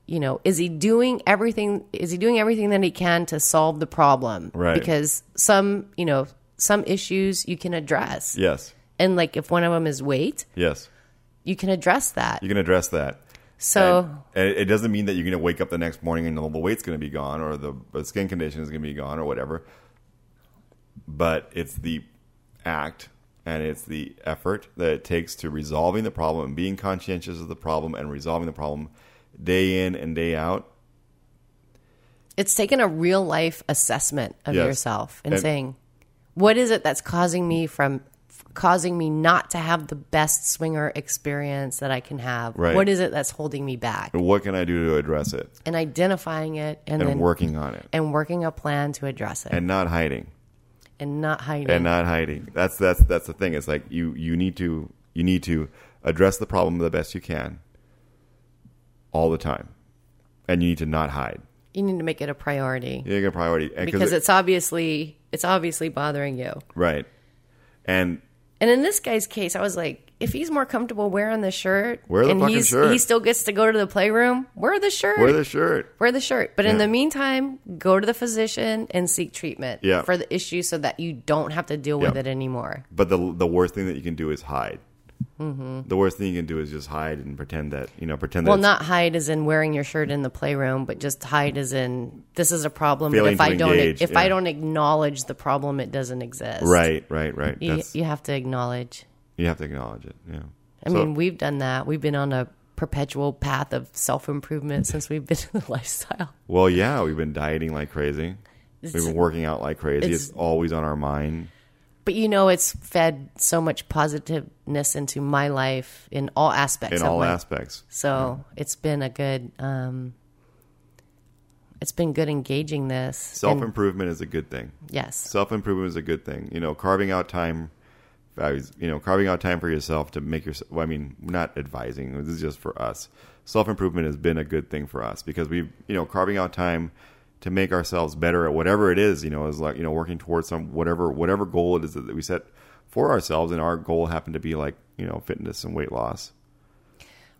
[SPEAKER 2] you know, is he doing everything is he doing everything that he can to solve the problem?
[SPEAKER 1] Right.
[SPEAKER 2] Because some, you know, some issues you can address.
[SPEAKER 1] Yes.
[SPEAKER 2] And like if one of them is weight,
[SPEAKER 1] Yes.
[SPEAKER 2] you can address that.
[SPEAKER 1] You can address that.
[SPEAKER 2] so
[SPEAKER 1] And it it doesn't mean that you're going to wake up the next morning and the weight's going to be gone or the the skin condition is going to be gone or whatever. But it's the act and it's the effort that it takes to resolving the problem and being conscientious of the problem and resolving the problem day in and day out.
[SPEAKER 2] it's taking a real life assessment of
[SPEAKER 1] Yes.
[SPEAKER 2] yourself and,
[SPEAKER 1] And-
[SPEAKER 2] saying, what is it that's causing me from f- causing me not to have the best swinger experience that I can have?
[SPEAKER 1] Right.
[SPEAKER 2] What is it that's holding me back?
[SPEAKER 1] What can I do to address it
[SPEAKER 2] And identifying it and,
[SPEAKER 1] and
[SPEAKER 2] then
[SPEAKER 1] working on it
[SPEAKER 2] and working a plan to address it and,
[SPEAKER 1] and not hiding?
[SPEAKER 2] not hiding.
[SPEAKER 1] and not hiding. That's that's that's the thing. It's like you you need to you need to address the problem the best you can all the time, and you need to not hide.
[SPEAKER 2] you need to make it a priority
[SPEAKER 1] You're gonna priority and
[SPEAKER 2] because it's obviously it's obviously bothering you.
[SPEAKER 1] right, and
[SPEAKER 2] And in this guy's case, I was like, if he's more comfortable wearing the shirt,
[SPEAKER 1] Wear the
[SPEAKER 2] and
[SPEAKER 1] fucking
[SPEAKER 2] he's,
[SPEAKER 1] shirt.
[SPEAKER 2] he still gets to go to the playroom, wear the shirt.
[SPEAKER 1] wear the shirt.
[SPEAKER 2] wear the shirt. But in
[SPEAKER 1] Yeah.
[SPEAKER 2] the meantime, go to the physician and seek treatment
[SPEAKER 1] Yeah.
[SPEAKER 2] for the issue so that you don't have to deal with
[SPEAKER 1] Yeah.
[SPEAKER 2] it anymore.
[SPEAKER 1] But the the worst thing that you can do is hide. The worst thing you can do is just hide and pretend that you know pretend
[SPEAKER 2] Mm-hmm. Well,
[SPEAKER 1] that it's-
[SPEAKER 2] not hide as in wearing your shirt in the playroom, but just hide as in this is a problem. But
[SPEAKER 1] Failing
[SPEAKER 2] if
[SPEAKER 1] to
[SPEAKER 2] I don't, e-,
[SPEAKER 1] engage,
[SPEAKER 2] if
[SPEAKER 1] yeah.
[SPEAKER 2] I don't acknowledge the problem, it doesn't exist.
[SPEAKER 1] right, right, right.
[SPEAKER 2] You,
[SPEAKER 1] That's,
[SPEAKER 2] you have to acknowledge.
[SPEAKER 1] you have to acknowledge it. Yeah.
[SPEAKER 2] I
[SPEAKER 1] So-
[SPEAKER 2] mean, we've done that. We've been on a perpetual path of self improvement since we've been in the lifestyle.
[SPEAKER 1] well, yeah, we've been dieting like crazy. We've
[SPEAKER 2] It's-
[SPEAKER 1] been working out like crazy.
[SPEAKER 2] it's-
[SPEAKER 1] it's always on our mind.
[SPEAKER 2] But you know, it's fed so much positiveness into my life in all aspects
[SPEAKER 1] in
[SPEAKER 2] of
[SPEAKER 1] all
[SPEAKER 2] my
[SPEAKER 1] aspects.
[SPEAKER 2] So it's been a good, um, it's been good engaging this.
[SPEAKER 1] Self
[SPEAKER 2] And-
[SPEAKER 1] improvement is a good thing.
[SPEAKER 2] yes,
[SPEAKER 1] Self improvement is a good thing. You know, carving out time, I was- you know, carving out time for yourself to make yourself. Well, I mean, not advising. This is just for us. Self improvement has been a good thing for us because we've, you know, carving out time to make ourselves better at whatever it is. You know, is like you know, working towards some whatever whatever goal it is that we set for ourselves, and our goal happened to be like you know, fitness and weight loss.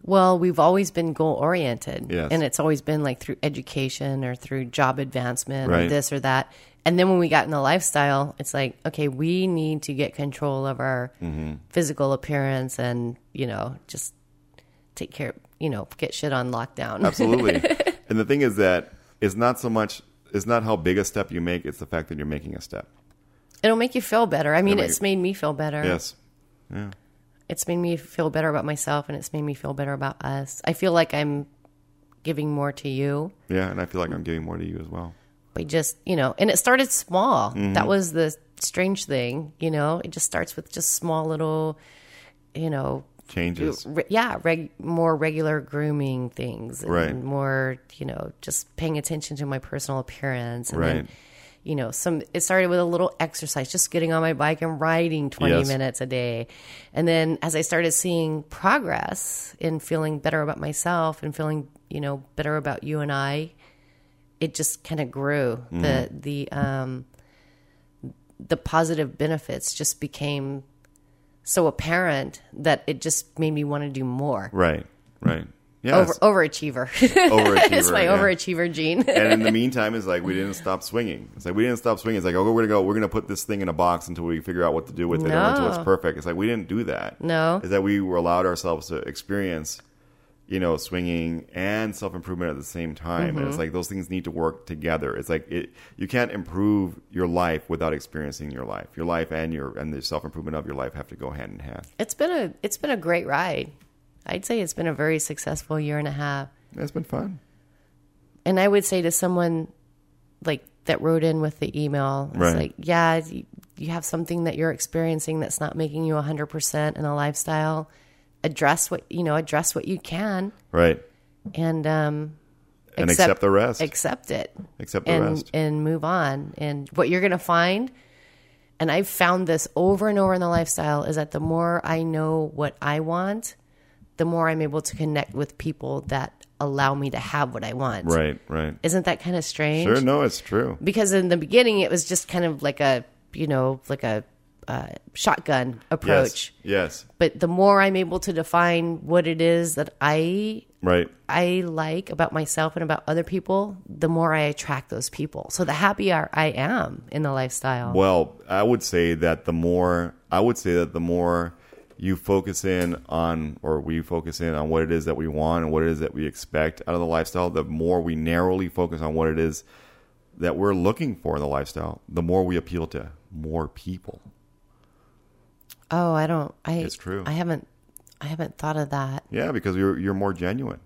[SPEAKER 2] Well, we've always been goal oriented,
[SPEAKER 1] Yes.
[SPEAKER 2] and it's always been like through education or through job advancement or
[SPEAKER 1] Right.
[SPEAKER 2] this or that. And then when we got in the lifestyle, it's like, okay, we need to get control of our
[SPEAKER 1] Mm-hmm.
[SPEAKER 2] physical appearance and you know just take care, you know, get shit on lockdown.
[SPEAKER 1] Absolutely. and the thing is that it's not so much. It's not how big a step you make; it's the fact that you're making a step.
[SPEAKER 2] It'll make you feel better. I mean,
[SPEAKER 1] It'll
[SPEAKER 2] it's
[SPEAKER 1] make
[SPEAKER 2] made me feel better.
[SPEAKER 1] Yes.
[SPEAKER 2] it's made me feel better about myself and it's made me feel better about us. I feel like I'm giving more to you
[SPEAKER 1] Yeah, and I feel like I'm giving more to you as well.
[SPEAKER 2] by just, you know, and it started small.
[SPEAKER 1] Mm-hmm.
[SPEAKER 2] That was the strange thing, you know, it just starts with just small little, you know,
[SPEAKER 1] Changes.
[SPEAKER 2] re- yeah, reg- more regular grooming things, and
[SPEAKER 1] Right.
[SPEAKER 2] More, you know, just paying attention to my personal appearance, and
[SPEAKER 1] Right.
[SPEAKER 2] Then, you know, some it started with a little exercise, just getting on my bike and riding twenty
[SPEAKER 1] Yes.
[SPEAKER 2] minutes a day, and then as I started seeing progress in feeling better about myself and feeling, you know, better about you and I, it just kind of grew.
[SPEAKER 1] Mm-hmm.
[SPEAKER 2] The the um the positive benefits just became so apparent that it just made me want to do more.
[SPEAKER 1] Right. Right.
[SPEAKER 2] Over,
[SPEAKER 1] Yes.
[SPEAKER 2] overachiever.
[SPEAKER 1] overachiever.
[SPEAKER 2] it's my
[SPEAKER 1] yeah.
[SPEAKER 2] overachiever gene.
[SPEAKER 1] and in the meantime, it's like we didn't stop swinging. It's like we didn't stop swinging. It's like, oh, we're gonna go. We're gonna put this thing in a box until we figure out what to do with it, or until it's
[SPEAKER 2] No.
[SPEAKER 1] perfect. It's like we didn't do that.
[SPEAKER 2] No.
[SPEAKER 1] Is that we were allowed ourselves to experience, you know, swinging and self improvement at the same time. And
[SPEAKER 2] Mm-hmm.
[SPEAKER 1] it's like those things need to work together. It's like it. You can't improve your life without experiencing your life. Your life and your and the self improvement of your life have to go hand in hand.
[SPEAKER 2] it's been a it's been a great ride. I'd say it's been a very successful year and a half.
[SPEAKER 1] It's been fun.
[SPEAKER 2] And I would say to someone like that wrote in with the email, it's
[SPEAKER 1] Right.
[SPEAKER 2] like, yeah, you, you have something that you're experiencing that's not making you 100% in a lifestyle. Address what, you know, address what you can
[SPEAKER 1] Right.
[SPEAKER 2] and um
[SPEAKER 1] And accept the rest.
[SPEAKER 2] Accept it.
[SPEAKER 1] Accept the
[SPEAKER 2] and
[SPEAKER 1] rest.
[SPEAKER 2] and move on. And what you're going to find, and I've found this over and over in the lifestyle, is that the more I know what I want, the more I'm able to connect with people that allow me to have what I want.
[SPEAKER 1] Right, right.
[SPEAKER 2] Isn't that kind of strange?
[SPEAKER 1] Sure, no, it's true.
[SPEAKER 2] Because in the beginning, it was just kind of like a you know like a uh, shotgun approach.
[SPEAKER 1] Yes. yes.
[SPEAKER 2] But the more I'm able to define what it is that I
[SPEAKER 1] Right.
[SPEAKER 2] I like about myself and about other people, the more I attract those people. So the happier I am in the lifestyle.
[SPEAKER 1] Well, I would say that the more I would say that the more you focus in on or we focus in on what it is that we want and what it is that we expect out of the lifestyle, the more we narrowly focus on what it is that we're looking for in the lifestyle, the more we appeal to more people.
[SPEAKER 2] Oh, I don't. I.
[SPEAKER 1] It's true.
[SPEAKER 2] I haven't. I haven't thought of that.
[SPEAKER 1] Yeah, because you're you're more genuine.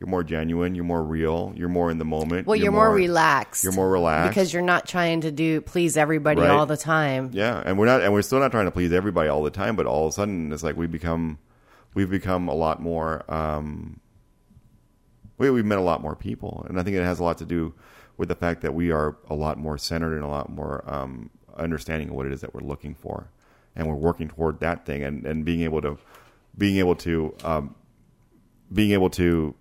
[SPEAKER 1] You're more genuine, you're more real, you're more in the moment.
[SPEAKER 2] Well, you're, more, relaxed.
[SPEAKER 1] you're more relaxed.
[SPEAKER 2] because you're not trying to do please everybody
[SPEAKER 1] Right.
[SPEAKER 2] all the time.
[SPEAKER 1] Yeah, and we're not, and we're still not trying to please everybody all the time. But all of a sudden, it's like we become, we've become a lot more. Um, we we've met a lot more people, and I think it has a lot to do with the fact that we are a lot more centered and a lot more um, understanding of what it is that we're looking for, and we're working toward that thing, and and being able to, being able to, um, being able to.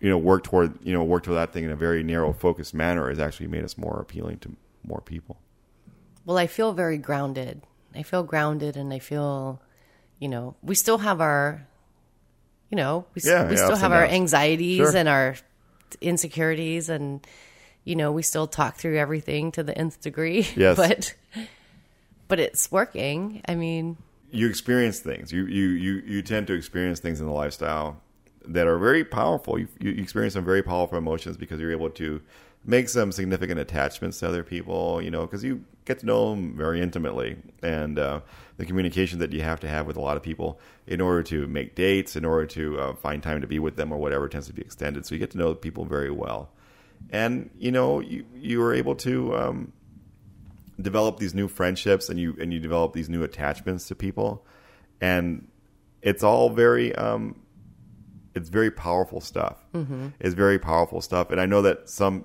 [SPEAKER 1] You know, work toward you know work toward that thing in a very narrow, focused manner has actually made us more appealing to more people.
[SPEAKER 2] Well, I feel very grounded. I feel grounded, and I feel, you know, we still have our, you know, we, s-
[SPEAKER 1] Yeah, yeah,
[SPEAKER 2] we still
[SPEAKER 1] ups
[SPEAKER 2] have
[SPEAKER 1] and
[SPEAKER 2] our
[SPEAKER 1] downs.
[SPEAKER 2] anxieties
[SPEAKER 1] Sure.
[SPEAKER 2] and our insecurities, and you know, we still talk through everything to the nth degree.
[SPEAKER 1] Yes.
[SPEAKER 2] but but it's working. I mean,
[SPEAKER 1] you experience things. You you you you tend to experience things in the lifestyle that are very powerful. You you experience some very powerful emotions because you're able to make some significant attachments to other people. You know, because you get to know them very intimately, and uh, the communication that you have to have with a lot of people in order to make dates, in order to uh, find time to be with them or whatever, tends to be extended. So you get to know people very well, and you know you you are able to. Um, develop these new friendships and you and you develop these new attachments to people and it's all very um it's very powerful stuff it's very powerful stuff and i know that some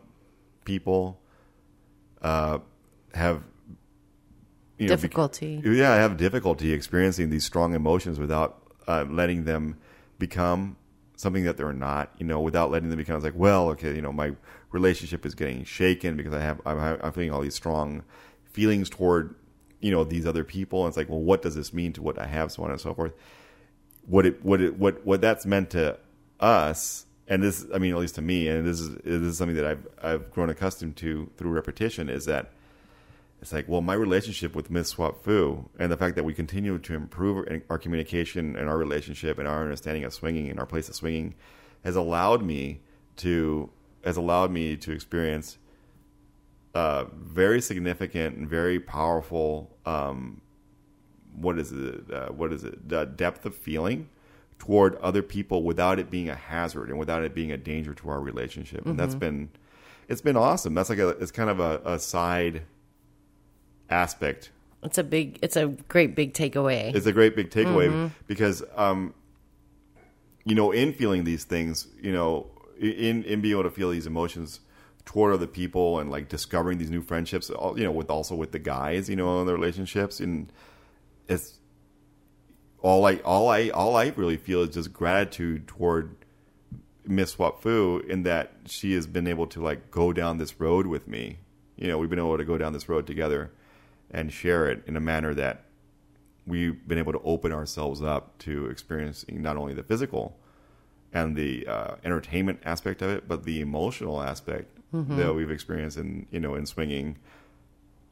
[SPEAKER 1] people uh have you know, bec-
[SPEAKER 2] difficulty.
[SPEAKER 1] yeah, I have difficulty experiencing these strong emotions without uh, letting them become something that they're not. You know, without letting them become it's like, well, okay, you know, my relationship is getting shaken because I have I'm, ha- I'm feeling all these strong feelings toward you know these other people. And it's like, well, what does this mean to what I have, so on and so forth. What it what it what what that's meant to us. And this, I mean, at least to me, and this is this is something that I've I've grown accustomed to through repetition. Is that it's like, well, my relationship with Miss Swap Fu and the fact that we continue to improve in- our communication and our relationship and our understanding of swinging and our place of swinging has allowed me to has allowed me to experience uh, very significant and very powerful um, what is it uh, what is it the depth of feeling toward other people without it being a hazard and without it being a danger to our relationship and that's been it's been awesome that's like a it's kind of a, a side aspect
[SPEAKER 2] It's a big. It's a great big takeaway.
[SPEAKER 1] is a great big takeaway because um, you know in feeling these things you know in in being able to feel these emotions toward other people and like discovering these new friendships all- you know with also with the guys you know in the relationships and it's all I all I all I really feel is just gratitude toward Miss Wapfu in that she has been able to like go down this road with me. You know, we've been able to go down this road together and share it in a manner that we've been able to open ourselves up to experiencing not only the physical and the uh, entertainment aspect of it, but the emotional aspect
[SPEAKER 2] Mm-hmm.
[SPEAKER 1] that we've experienced in you know in swinging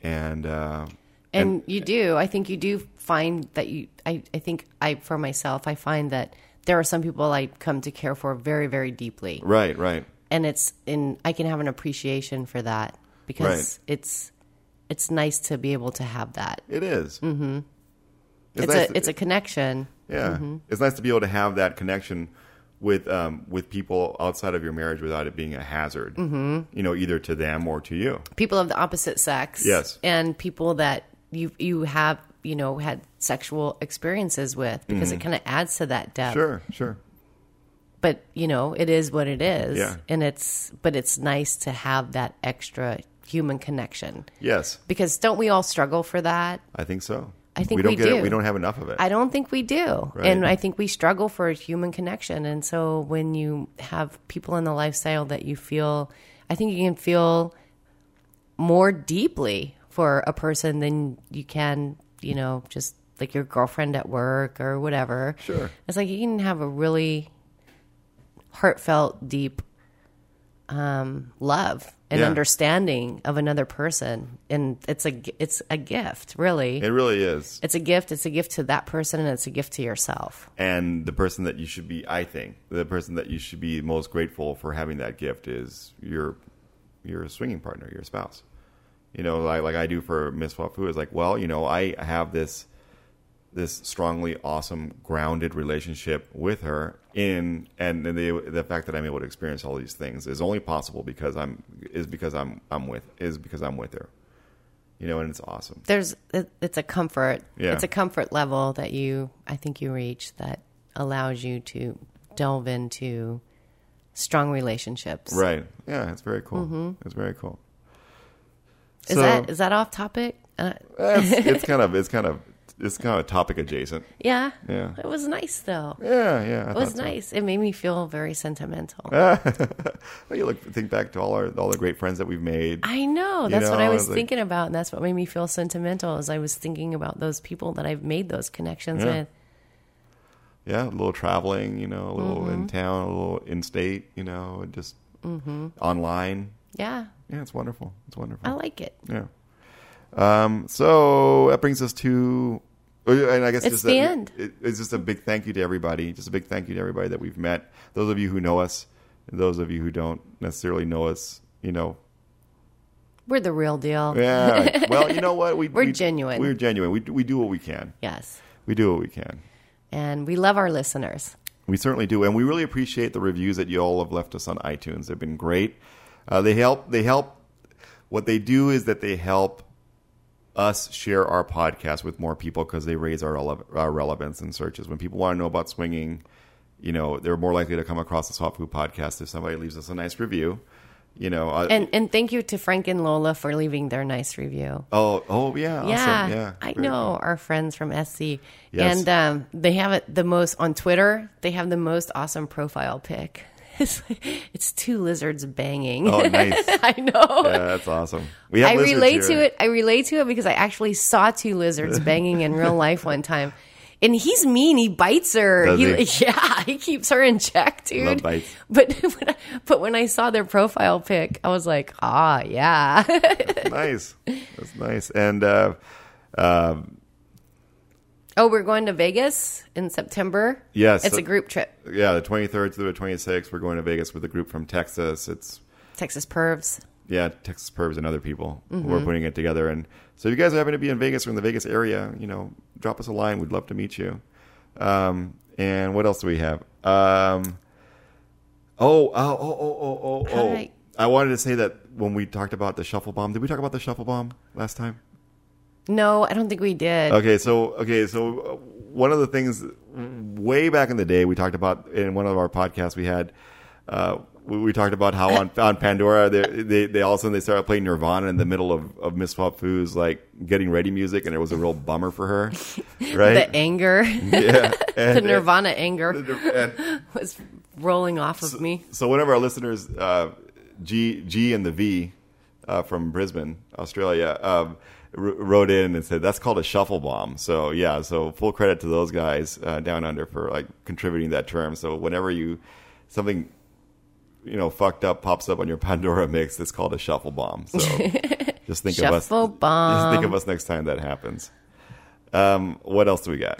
[SPEAKER 1] and uh,
[SPEAKER 2] and you do i think you do find that you I, I think i for myself i find that there are some people i come to care for very very deeply
[SPEAKER 1] right, right,
[SPEAKER 2] and it's in i can have an appreciation for that because it's it's nice to be able to have that
[SPEAKER 1] it is. Mm-hmm.
[SPEAKER 2] it's, a mm-hmm. it's a connection
[SPEAKER 1] Yeah, it's nice to be able to have that connection with um, with people outside of your marriage without it being a hazard. Mm-hmm. You know, either to them or to you.
[SPEAKER 2] people of the opposite sex
[SPEAKER 1] Yes.
[SPEAKER 2] and people that you you have you know had sexual experiences with because it kind of adds to that depth
[SPEAKER 1] Mm-hmm. Sure, sure.
[SPEAKER 2] but you know it is what it is
[SPEAKER 1] Yeah.
[SPEAKER 2] and it's but it's nice to have that extra human connection
[SPEAKER 1] Yes,
[SPEAKER 2] because don't we all struggle for that
[SPEAKER 1] I think so.
[SPEAKER 2] I think
[SPEAKER 1] we don't
[SPEAKER 2] we
[SPEAKER 1] get
[SPEAKER 2] do.
[SPEAKER 1] it. We don't have enough of it.
[SPEAKER 2] I don't think we do.
[SPEAKER 1] Right.
[SPEAKER 2] And I think we struggle for a human connection. And so when you have people in the lifestyle that you feel, I think you can feel more deeply for a person than you can, you know, just like your girlfriend at work or whatever.
[SPEAKER 1] Sure.
[SPEAKER 2] It's like you can have a really heartfelt, deep um, love and
[SPEAKER 1] Yeah.
[SPEAKER 2] understanding of another person. And it's a, g- it's a gift, really
[SPEAKER 1] it really is.
[SPEAKER 2] it's a gift it's a gift to that person and it's a gift to yourself
[SPEAKER 1] and the person that you should be i think the person that you should be most grateful for having that gift is your your swinging partner your spouse you know like, like i do for miss wafu is like well you know i have this this strongly awesome grounded relationship with her in and, and the the fact that i'm able to experience all these things is only possible because i'm is because i'm i'm with is because i'm with her you know and it's awesome
[SPEAKER 2] there's it, it's a comfort
[SPEAKER 1] Yeah.
[SPEAKER 2] it's a comfort level that you i think you reach that allows you to delve into strong relationships
[SPEAKER 1] right yeah it's very cool it's very cool
[SPEAKER 2] is that is that off topic uh,
[SPEAKER 1] it's, it's kind of it's kind of it's kind of topic adjacent.
[SPEAKER 2] yeah
[SPEAKER 1] Yeah.
[SPEAKER 2] it was nice though
[SPEAKER 1] Yeah, yeah. I
[SPEAKER 2] it was
[SPEAKER 1] thought so.
[SPEAKER 2] nice it made me feel very sentimental
[SPEAKER 1] Well, You look think back to all our all the great friends that we've made.
[SPEAKER 2] I know. That's what I
[SPEAKER 1] know,
[SPEAKER 2] was
[SPEAKER 1] it's like-
[SPEAKER 2] thinking about, and that's what made me feel sentimental. Is I was thinking about those people that I've made those connections
[SPEAKER 1] Yeah.
[SPEAKER 2] with.
[SPEAKER 1] Yeah, a little traveling, you know, a little
[SPEAKER 2] Mm-hmm.
[SPEAKER 1] in town, a little in state, you know, and just online.
[SPEAKER 2] Yeah,
[SPEAKER 1] Yeah, it's wonderful. It's wonderful.
[SPEAKER 2] I like it.
[SPEAKER 1] yeah. Um. So that brings us to, oh, yeah, and I guess
[SPEAKER 2] It's
[SPEAKER 1] just
[SPEAKER 2] the
[SPEAKER 1] a-
[SPEAKER 2] end.
[SPEAKER 1] it- it's just a big thank you to everybody. Just a big thank you to everybody that we've met. Those of you who know us, and those of you who don't necessarily know us, you know,
[SPEAKER 2] We're the real deal.
[SPEAKER 1] Yeah. Well, you know what? We,
[SPEAKER 2] We're
[SPEAKER 1] we-
[SPEAKER 2] genuine.
[SPEAKER 1] We're genuine. We, we do what we can.
[SPEAKER 2] Yes.
[SPEAKER 1] We do what we can.
[SPEAKER 2] and we love our listeners.
[SPEAKER 1] We certainly do, and we really appreciate the reviews that you all have left us on iTunes. They've been great. Uh, they help. They help. What they do is that they help us share our podcast with more people because they raise our, rele- our relevance in searches. When people want to know about swinging, you know, they're more likely to come across the Soft Food Podcast if somebody leaves us a nice review. You know, uh,
[SPEAKER 2] And and thank you to Frank and Lola for leaving their nice review.
[SPEAKER 1] oh, oh, yeah,
[SPEAKER 2] Yeah,
[SPEAKER 1] awesome, yeah.
[SPEAKER 2] I
[SPEAKER 1] Very
[SPEAKER 2] know our friends from SC,
[SPEAKER 1] Yes.
[SPEAKER 2] and um, they have it the most on Twitter. They have the most awesome profile pic. It's like, it's two lizards banging.
[SPEAKER 1] cool. Oh, nice.
[SPEAKER 2] I know.
[SPEAKER 1] Yeah, that's awesome. We have
[SPEAKER 2] I
[SPEAKER 1] lizards
[SPEAKER 2] relate
[SPEAKER 1] here.
[SPEAKER 2] to it. I relate to it because I actually saw two lizards banging in real life one time. And he's mean. He bites her.
[SPEAKER 1] Does
[SPEAKER 2] Yeah, he keeps her in check, dude.
[SPEAKER 1] Love bites.
[SPEAKER 2] But when I, but when I saw their profile pic, I was like, ah, yeah.
[SPEAKER 1] nice. That's nice. And uh,
[SPEAKER 2] oh, we're going to Vegas in September.
[SPEAKER 1] Yes.
[SPEAKER 2] it's a group trip.
[SPEAKER 1] yeah, the 23rd through the 26th, we're going to Vegas with a group from Texas. It's
[SPEAKER 2] Texas pervs.
[SPEAKER 1] yeah, Texas Purves and other people.
[SPEAKER 2] Mm-hmm.
[SPEAKER 1] We're putting it together. And so, if you guys happen to be in Vegas or in the Vegas area, you know, drop us a line. We'd love to meet you. Um, and what else do we have? Um, oh, oh, oh, oh, oh, oh,
[SPEAKER 2] How
[SPEAKER 1] oh.
[SPEAKER 2] did I-
[SPEAKER 1] I wanted to say that when we talked about the shuffle bomb, did we talk about the shuffle bomb last time?
[SPEAKER 2] No, I don't think we did.
[SPEAKER 1] Okay, so okay, so uh, one of the things way back in the day we talked about in one of our podcasts we had, uh, we, we talked about how on, on Pandora they, they they all of a sudden they started playing Nirvana in the middle of of Miss Swap Foo's like getting ready music, and it was a real bummer for her, right?
[SPEAKER 2] The anger,
[SPEAKER 1] yeah,
[SPEAKER 2] the
[SPEAKER 1] and,
[SPEAKER 2] Nirvana anger
[SPEAKER 1] and-
[SPEAKER 2] was rolling off of me.
[SPEAKER 1] so one of our listeners, uh, G G and the V uh, from Brisbane, Australia, um, wr- wrote in and said that's called a shuffle bomb. So yeah, so full credit to those guys uh, down under for like contributing that term. So whenever you something you know fucked up pops up on your Pandora mix, it's called a shuffle bomb. So just think of us.
[SPEAKER 2] Shuffle
[SPEAKER 1] Just think
[SPEAKER 2] bomb.
[SPEAKER 1] of us next time that happens. Um, what else do we got?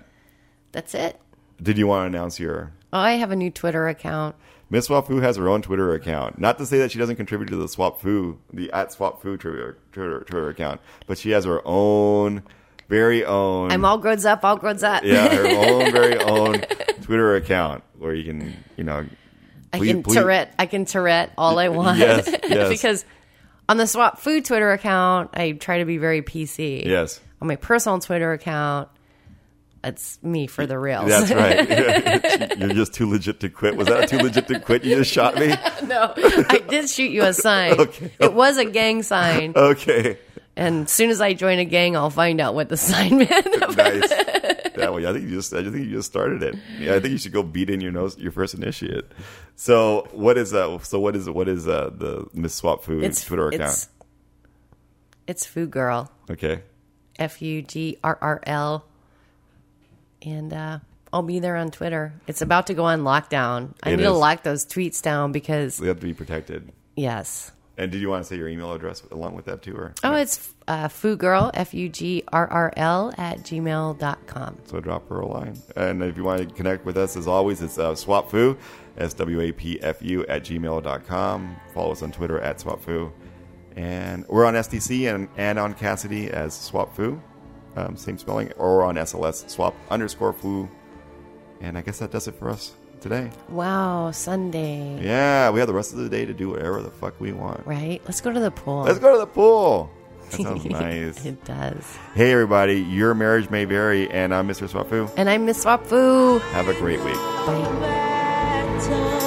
[SPEAKER 2] That's it.
[SPEAKER 1] Did you want to announce your
[SPEAKER 2] Oh, I have a new Twitter account.
[SPEAKER 1] Miss Wafu has her own Twitter account. Not to say that she doesn't contribute to the Swap Foo, the at Swap Foo Twitter, Twitter, Twitter account, but she has her own very own.
[SPEAKER 2] I'm all grown up, all grown up.
[SPEAKER 1] yeah, her own very own Twitter account where you can, you know,
[SPEAKER 2] I
[SPEAKER 1] please-
[SPEAKER 2] can
[SPEAKER 1] please-
[SPEAKER 2] Tourette. I can Tourette all I want.
[SPEAKER 1] Yes, yes.
[SPEAKER 2] because on the Swap Food Twitter account, I try to be very PC.
[SPEAKER 1] Yes,
[SPEAKER 2] On my personal Twitter account, it's me for the reals.
[SPEAKER 1] that's right. You're just too legit to quit. Was that a too legit to quit? You just shot me.
[SPEAKER 2] no, I did shoot you a sign.
[SPEAKER 1] Okay.
[SPEAKER 2] It was a gang sign,
[SPEAKER 1] Okay,
[SPEAKER 2] and as soon as I join a gang, I'll find out what the sign meant.
[SPEAKER 1] nice. That way, I think you just, I think you just started it. Yeah, I think you should go beat in your nose, your first initiate. So, what is uh So, what is what is uh, the Miss Swap Food Twitter account?
[SPEAKER 2] It's, it's Food Girl.
[SPEAKER 1] okay,
[SPEAKER 2] F U G R R L. And uh, I'll be there on Twitter. It's about to go on lockdown. I
[SPEAKER 1] It
[SPEAKER 2] need to
[SPEAKER 1] is.
[SPEAKER 2] lock those tweets down because,
[SPEAKER 1] we have to be protected.
[SPEAKER 2] yes.
[SPEAKER 1] And did you want to say your email address along with that too, or
[SPEAKER 2] Oh, it's uh, foodgirl, F U G R R L, at gmail.com.
[SPEAKER 1] So drop her a line. And if you want to connect with us, as always, it's uh, swapfu, S W A P F U, at gmail.com. Follow us on Twitter at swapfu. And we're on SDC and, and on Cassidy as swapfu, um, same spelling, or on SLS, swap underscore flu. And I guess that does it for us today.
[SPEAKER 2] Wow, Sunday.
[SPEAKER 1] Yeah, we have the rest of the day to do whatever the fuck we want.
[SPEAKER 2] Right? Let's go to the pool.
[SPEAKER 1] Let's go to the pool. That sounds nice.
[SPEAKER 2] it does.
[SPEAKER 1] hey, everybody, your marriage may vary, and I'm Mr. Swapfu.
[SPEAKER 2] And I'm Miss Swap Foo.
[SPEAKER 1] Have a great week.
[SPEAKER 2] Bye.
[SPEAKER 3] Time.